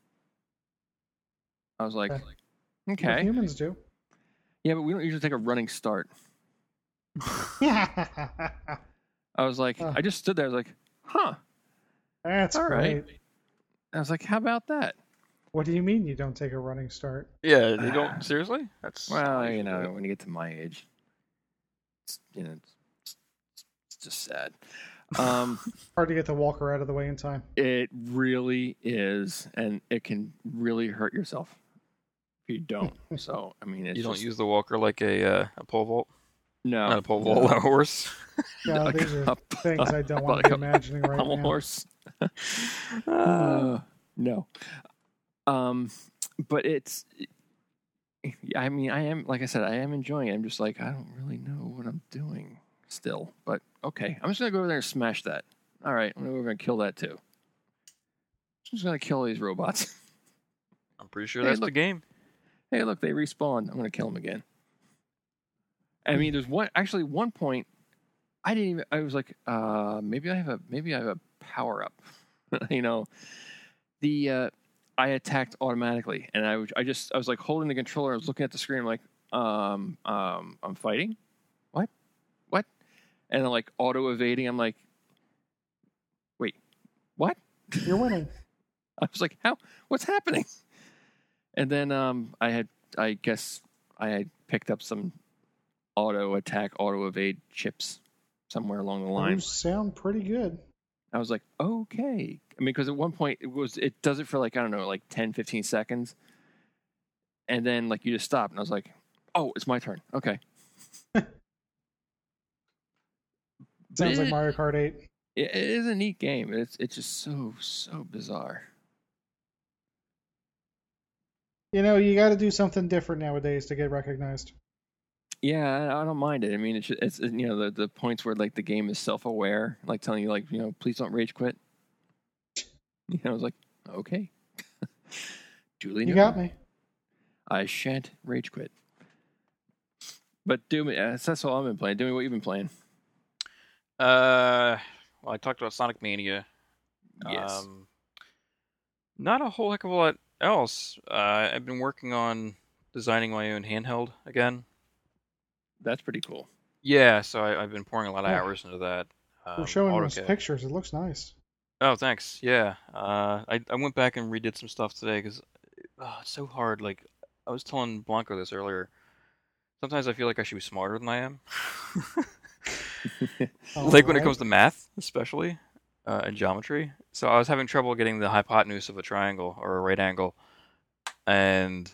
S1: I was like,
S2: Okay. What
S1: okay,
S2: humans do.
S1: yeah, but we don't usually take a running start. I was like,
S2: Huh.
S1: I just stood there. I was like, huh.
S2: That's
S1: All right.
S2: great.
S1: I was like, how about that?
S2: What do you mean you don't take a running start?
S3: Yeah, they don't seriously. That's
S1: Well, you know, when you get to my age, it's, you know, it's, it's just sad. Um,
S2: Hard to get the walker out of the way in time.
S1: it really is, and it can really hurt yourself if you don't. So, I mean, it's
S3: you don't
S1: just-
S3: use the walker like a uh, a pole vault,
S1: no
S3: not a pole vault, a horse.
S2: No,
S1: A
S2: these are
S1: cup-
S2: things I don't want
S1: like
S2: to be
S1: a
S2: imagining right Hmm.
S1: pommel
S2: now.
S1: horse. Uh, no. Um, but it's. I mean, I am like I said, I am enjoying it. I'm just like I don't really know what I'm doing still. But okay, I'm just gonna go over there and smash that. All right, I'm gonna go over and kill that too. I'm just gonna kill these robots.
S3: I'm pretty sure
S1: Hey,
S3: that's the
S1: look.
S3: game.
S1: hey, look, they respawned. I'm gonna kill them again. I mean, there's one actually one point. I didn't even. I was like, uh, maybe I have a maybe I have a power up. you know, the uh, I attacked automatically, and I was- I just I was like holding the controller. I was looking at the screen, like, um, um, I'm fighting. What? What? And I'm like auto evading. I'm like, wait, what?
S2: You're winning.
S1: I was like, "How? What's happening?" And then um, I had, I guess, I had picked up some auto attack, auto evade chips somewhere along the
S2: You
S1: line.
S2: sound pretty good.
S1: I was like, "Okay." I mean, because at one point it was, it does it for like I don't know, like 10, 15 seconds, and then like you just stop, and I was like, "Oh, it's my turn." Okay.
S2: Sounds like
S1: Bleh.
S2: Mario Kart 8.
S1: it, it is a neat game. It's it's just so so bizarre.
S2: You know, you got to do something different nowadays to get recognized.
S1: Yeah, I- I don't mind it. I mean, it's it's you know the the points where like the game is self aware, like telling you like you know please don't rage quit. You know, I was like, okay, Julie,
S2: You got me.
S1: I shan't rage quit. But Doom, uh, that's all I've been playing. Doom, what you've been playing?
S3: Uh, well, I talked about Sonic Mania. Um, not a whole heck of a lot else. Uh, I've been working on designing my own handheld again.
S1: that's pretty cool.
S3: Yeah, so I, I've been pouring a lot of
S2: Yeah.
S3: hours into that. Um,
S2: We're showing us
S3: AutoCAD.
S2: pictures. It looks nice.
S3: Oh, thanks. Yeah, uh, I I went back and redid some stuff today because it's so hard. Like I was telling Blanco this earlier. Sometimes I feel like I should be smarter than I am. like when it
S2: Alright.
S3: comes to math, especially uh, and geometry. So I was having trouble getting the hypotenuse of a triangle or a right angle, and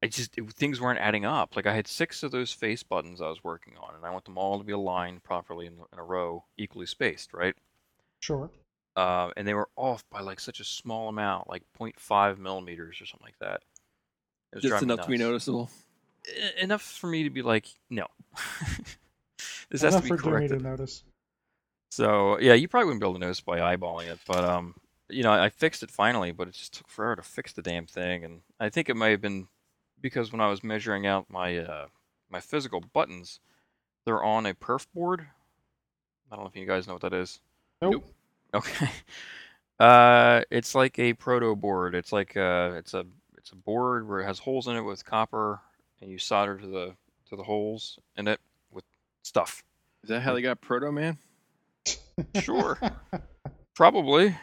S3: I just it, things weren't adding up. Like I had six of those face buttons I was working on, and I want them all to be aligned properly in, in a row, equally spaced, right?
S2: Sure.
S3: Uh, and they were off by like such a small amount, like 0.5 millimeters or something like that. It was
S1: Just
S3: driving me
S1: enough to be
S3: nuts.
S1: noticeable.
S3: E- Enough for me to be like, no, this has to
S2: Enough
S3: be
S2: for Jimmy
S3: corrected.
S2: to notice.
S3: So yeah, you probably wouldn't be able to notice by eyeballing it, but um, you know, I fixed it finally, but it just took forever to fix the damn thing, and I think it may have been because when I was measuring out my uh, my physical buttons, they're on a perf board. I don't know if you guys know what that is.
S2: Nope.
S3: Okay. Uh, it's like a proto board. It's like uh, it's a it's a board where it has holes in it with copper, and you solder to the to the holes in it with stuff.
S1: Is that how they got Proto Man?
S3: Sure, probably.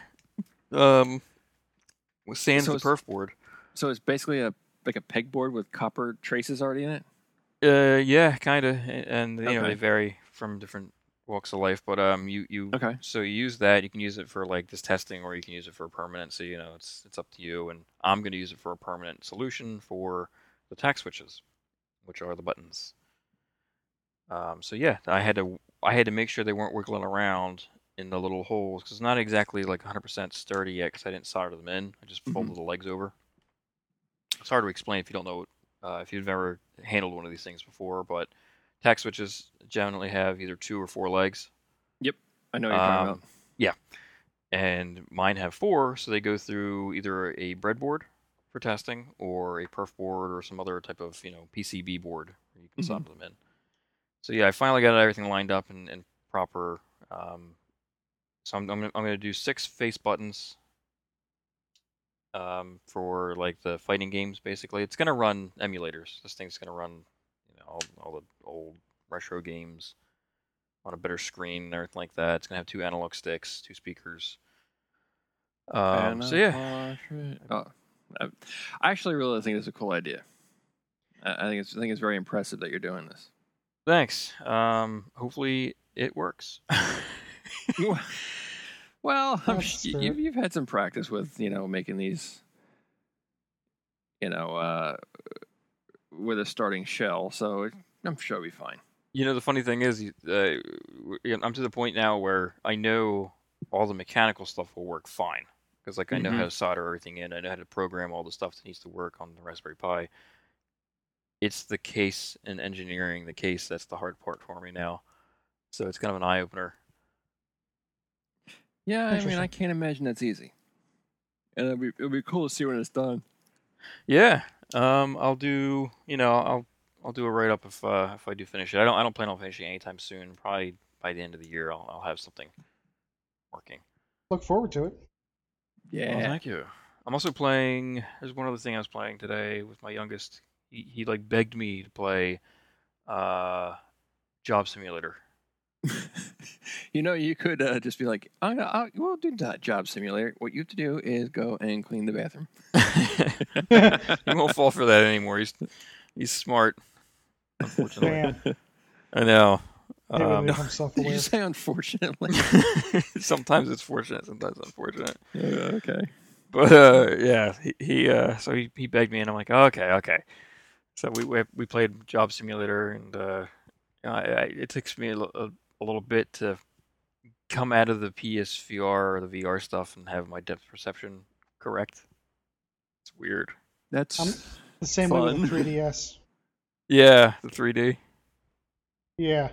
S3: Um, with sans
S1: So
S3: the
S1: it's-
S3: perf board.
S1: So it's basically a like a pegboard with copper traces already in it.
S3: Uh, yeah, kind of, and you know
S1: Okay.
S3: they vary from different walks of life, but um, you you
S1: Okay.
S3: so you use that. You can use it for like this testing, or you can use it for a permanent. So you know it's it's up to you. And I'm going to use it for a permanent solution for the tax switches, which are the buttons. Um, so yeah, I had to I had to make sure they weren't wiggling around in the little holes because it's not exactly like 100% sturdy yet because I didn't solder them in. I just
S1: Mhm.
S3: folded the legs over. It's hard to explain if you don't know uh, if you've never handled one of these things before, but tax switches generally have either two or four legs
S1: I know what you're talking
S3: Um,
S1: about.
S3: and mine have four, so they go through either a breadboard for testing or a perf board or some other type of you know PCB board where you can
S1: Mhm.
S3: solder them in. So yeah, I finally got everything lined up and, and proper. Um, so I'm I'm gonna, I'm gonna do six face buttons. Um, for like the fighting games, basically, it's gonna run emulators. This thing's gonna run, you know, all, all the old retro games on a better screen and everything like that. It's gonna have two analog sticks, two speakers. Um, so yeah,
S1: Oh, I, I actually really think it's a cool idea. I, I think it's I think it's very impressive that you're doing this.
S3: Thanks. Um, hopefully it works.
S1: well, I'm,
S2: That's
S1: sh- you,
S2: fair.
S1: you've- you've had some practice with you know making these, you know, uh, with a starting shell, so it, I'm sure it'll be fine.
S3: you know, the funny thing is, you- uh, w- you know, I'm to the point now where I know all the mechanical stuff will work fine because, like, I know how to solder everything in. I know how to program all the stuff that needs to work on the Raspberry Pi. It's the case in engineering, the case that's the hard part for me now. So it's kind of an eye opener.
S1: Yeah, I mean, I
S2: Interesting.
S1: can't imagine that's easy. And it'll be it'll be cool to see when it's done.
S3: Yeah. Um, I'll do. You know, I'll I'll do a write up if uh, if I do finish it. I don't I don't plan on finishing anytime soon. Probably by the end of the year, I'll I'll have something working.
S2: Look forward to it.
S3: Well,
S1: Yeah,
S3: Oh, thank you. I'm also playing. There's one other thing I was playing today with my youngest. He, he like begged me to play, uh, Job Simulator.
S1: you know, you could uh, just be like, I'm gonna, I'll, we'll do that job simulator. What you have to do is go and clean the bathroom.
S3: he won't fall for that anymore. He's he's smart. Unfortunately,
S2: Man,
S3: I know.
S2: he really
S3: Um,
S2: become
S1: Did you
S2: self-aware.
S1: say unfortunately?
S3: sometimes it's fortunate. Sometimes unfortunate.
S1: Uh, okay.
S3: But uh, yeah, he, he uh, so he, he begged me, and I'm like, "Oh, okay, okay. So we we, we played Job Simulator, and uh, I, I, it takes me a, li- a, a little bit to come out of the PSVR or the VR stuff and have my depth perception correct. It's weird.
S1: That's
S2: I'm- The same way with the
S1: Fun.
S2: 3DS.
S3: Yeah, the 3D.
S2: Yeah.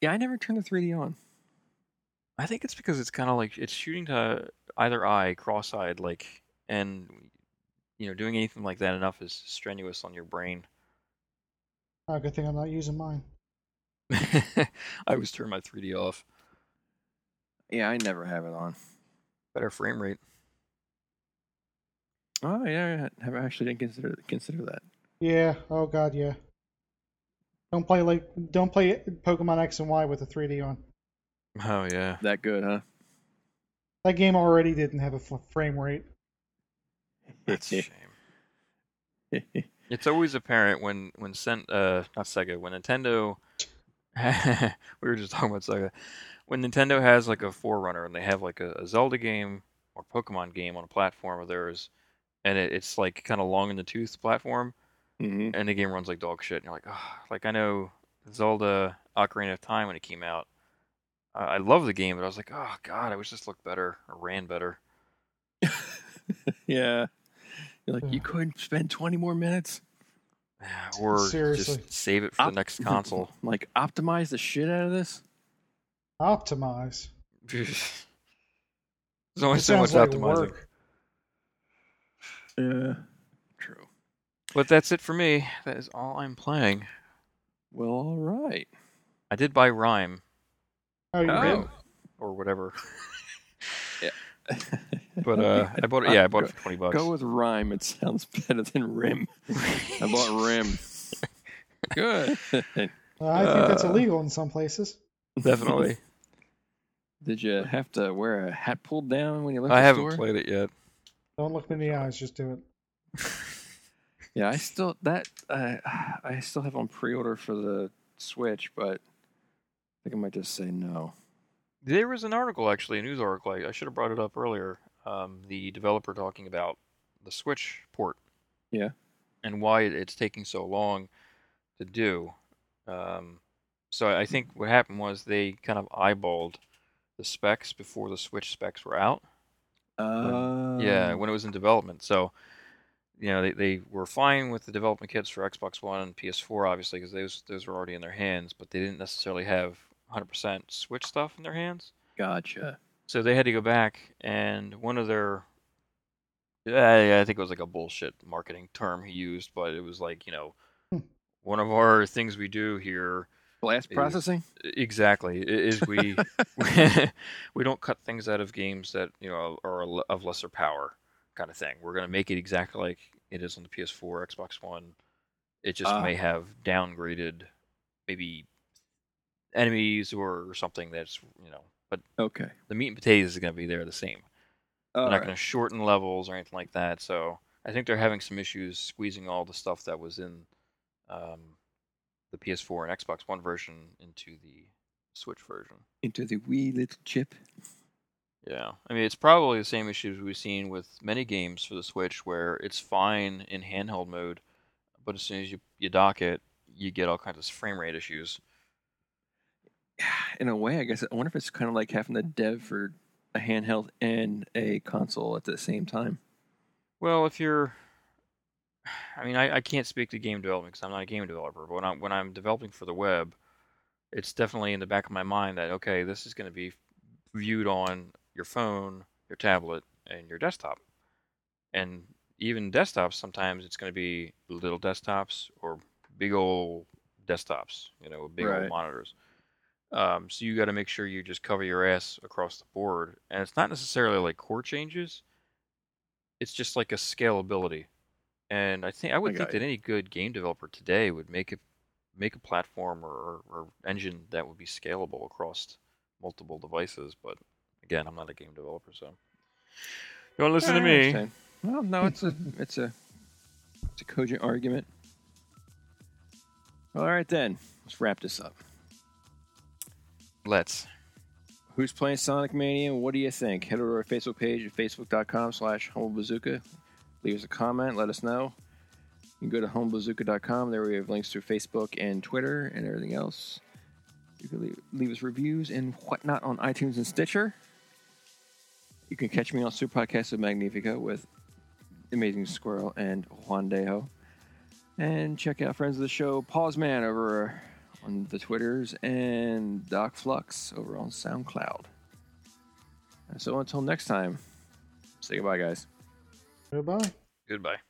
S1: yeah. I never turned the 3D on.
S3: I think it's because it's kind of like it's shooting to either eye, cross-eyed, like, and you know, doing anything like that enough is strenuous on your brain.
S2: Oh, good thing I'm not using mine.
S3: I always turn my 3D off.
S1: Yeah, I never have it on.
S3: better frame rate.
S1: Oh yeah, I never actually didn't consider consider that.
S2: Yeah. Oh God. Yeah. Don't play like don't play Pokemon X and Y with a 3D on.
S3: Oh yeah.
S1: That good, huh?
S2: That game already didn't have a f- frame rate.
S3: That's a shame. It's always apparent when when Sen- uh not Sega when Nintendo we were just talking about Sega when Nintendo has like a forerunner and they have like a, a Zelda game or Pokemon game on a platform of theirs and it, it's like kind of long in the tooth platform
S1: mm-hmm.
S3: and the game runs like dog shit. And you're like, oh, like I know Zelda Ocarina of Time when it came out. I I love the game, but I was like, oh god, I wish this looked better or ran better.
S1: Yeah. You're like,
S2: Yeah.
S1: you couldn't spend 20 more minutes?
S3: or
S2: Seriously.
S3: just save it for
S1: Op-
S3: the next console.
S1: Like, optimize the shit out of this?
S2: Optimize.
S3: There's only
S2: It
S3: Oh, so much
S2: sounds like
S3: optimizing.
S2: work.
S1: Yeah. True.
S3: But that's it for me. That is all I'm playing.
S1: Well, all right.
S3: I did buy Rhyme
S2: Oh, you
S1: Oh.
S2: did?
S3: or whatever,
S1: go
S3: but uh, I bought it. Yeah, I bought it for twenty bucks.
S1: with rhyme. It sounds better than rim. I bought rim. Good.
S2: Uh, I think that's
S3: Uh.
S2: illegal in some places.
S3: Definitely.
S1: Did you have to wear a hat pulled down when you left
S3: I
S1: the
S3: haven't
S1: store?
S3: played it yet.
S2: Don't look me in the eyes. Just do it.
S1: Yeah, I still that uh, I still have on pre-order for the Switch, but I think I might just say no.
S3: There was an article actually, a news article. I, I should have brought it up earlier. Um, the developer talking about the Switch port.
S1: Yeah.
S3: And why it- it's taking so long to do. Um, so I think what happened was they kind of eyeballed the specs before the Switch specs were out.
S1: Uh,
S3: yeah, when it was in development. So, you know, they, they were fine with the development kits for Xbox One and PS4, obviously, because those those were already in their hands, but they didn't necessarily have 100% Switch stuff in their hands.
S1: gotcha.
S3: So they had to go back, and one of their, I, I think it was like a bullshit marketing term he used, but it was like, you know,
S2: Hmm.
S3: one of our things we do here
S1: Blast
S3: Yeah.
S1: processing.
S3: exactly i- is we we don't cut things out of games that you know are a le- of lesser power kind of thing. We're going to make it exactly like it is on the PS4, Xbox One. It just
S1: Ah.
S3: may have downgraded maybe enemies or something that's you know, but
S1: Okay.
S3: the meat and potatoes is going to be there the same.
S1: All
S3: They're not
S1: right.
S3: going to shorten levels or anything like that. So I think they're having some issues squeezing all the stuff that was in um, the PS4 and Xbox One version into the Switch version.
S1: Into the wee little chip.
S3: Yeah, I mean it's probably the same issues we've seen with many games for the Switch, where it's fine in handheld mode, but as soon as you you dock it, you get all kinds of frame rate issues.
S1: In a way, I guess I wonder if it's kind of like having the dev for a handheld and a console at the same time.
S3: Well, if you're, I mean, I, I can't speak to game development because I'm not a game developer. But when I'm when I'm developing for the web, it's definitely in the back of my mind that okay, this is going to be viewed on your phone, your tablet, and your desktop. And even desktops, sometimes it's going to be little desktops or big old desktops, you know, big
S1: Right.
S3: old monitors. Um, so you got to make sure you just cover your ass across the board. And it's not necessarily like core changes; it's just like a scalability. And I think I would
S1: I
S3: think
S1: got
S3: that any good game developer today would make a make a platform or, or, or engine that would be scalable across multiple devices. But again, I'm not a game developer, so you want to listen to
S1: I
S3: me?
S1: understand. Well, no, it's a it's a it's a cogent argument. All right, then let's wrap this up.
S3: Let's.
S1: Who's playing Sonic Mania and what do you think? Head over to our Facebook page at facebook.com slash humblebazooka. Leave us a comment, let us know. You can go to humblebazooka.com. There we have links to Facebook and Twitter and everything else. You can leave, leave us reviews and whatnot on iTunes and Stitcher. You can catch me on Super Podcast of Magnifico with Amazing Squirrel and Juan Dejo. And check out friends of the show, Pause Man over on the Twitters and Doc Flux over on SoundCloud. And so until next time, say goodbye, guys.
S2: Goodbye.
S3: Goodbye.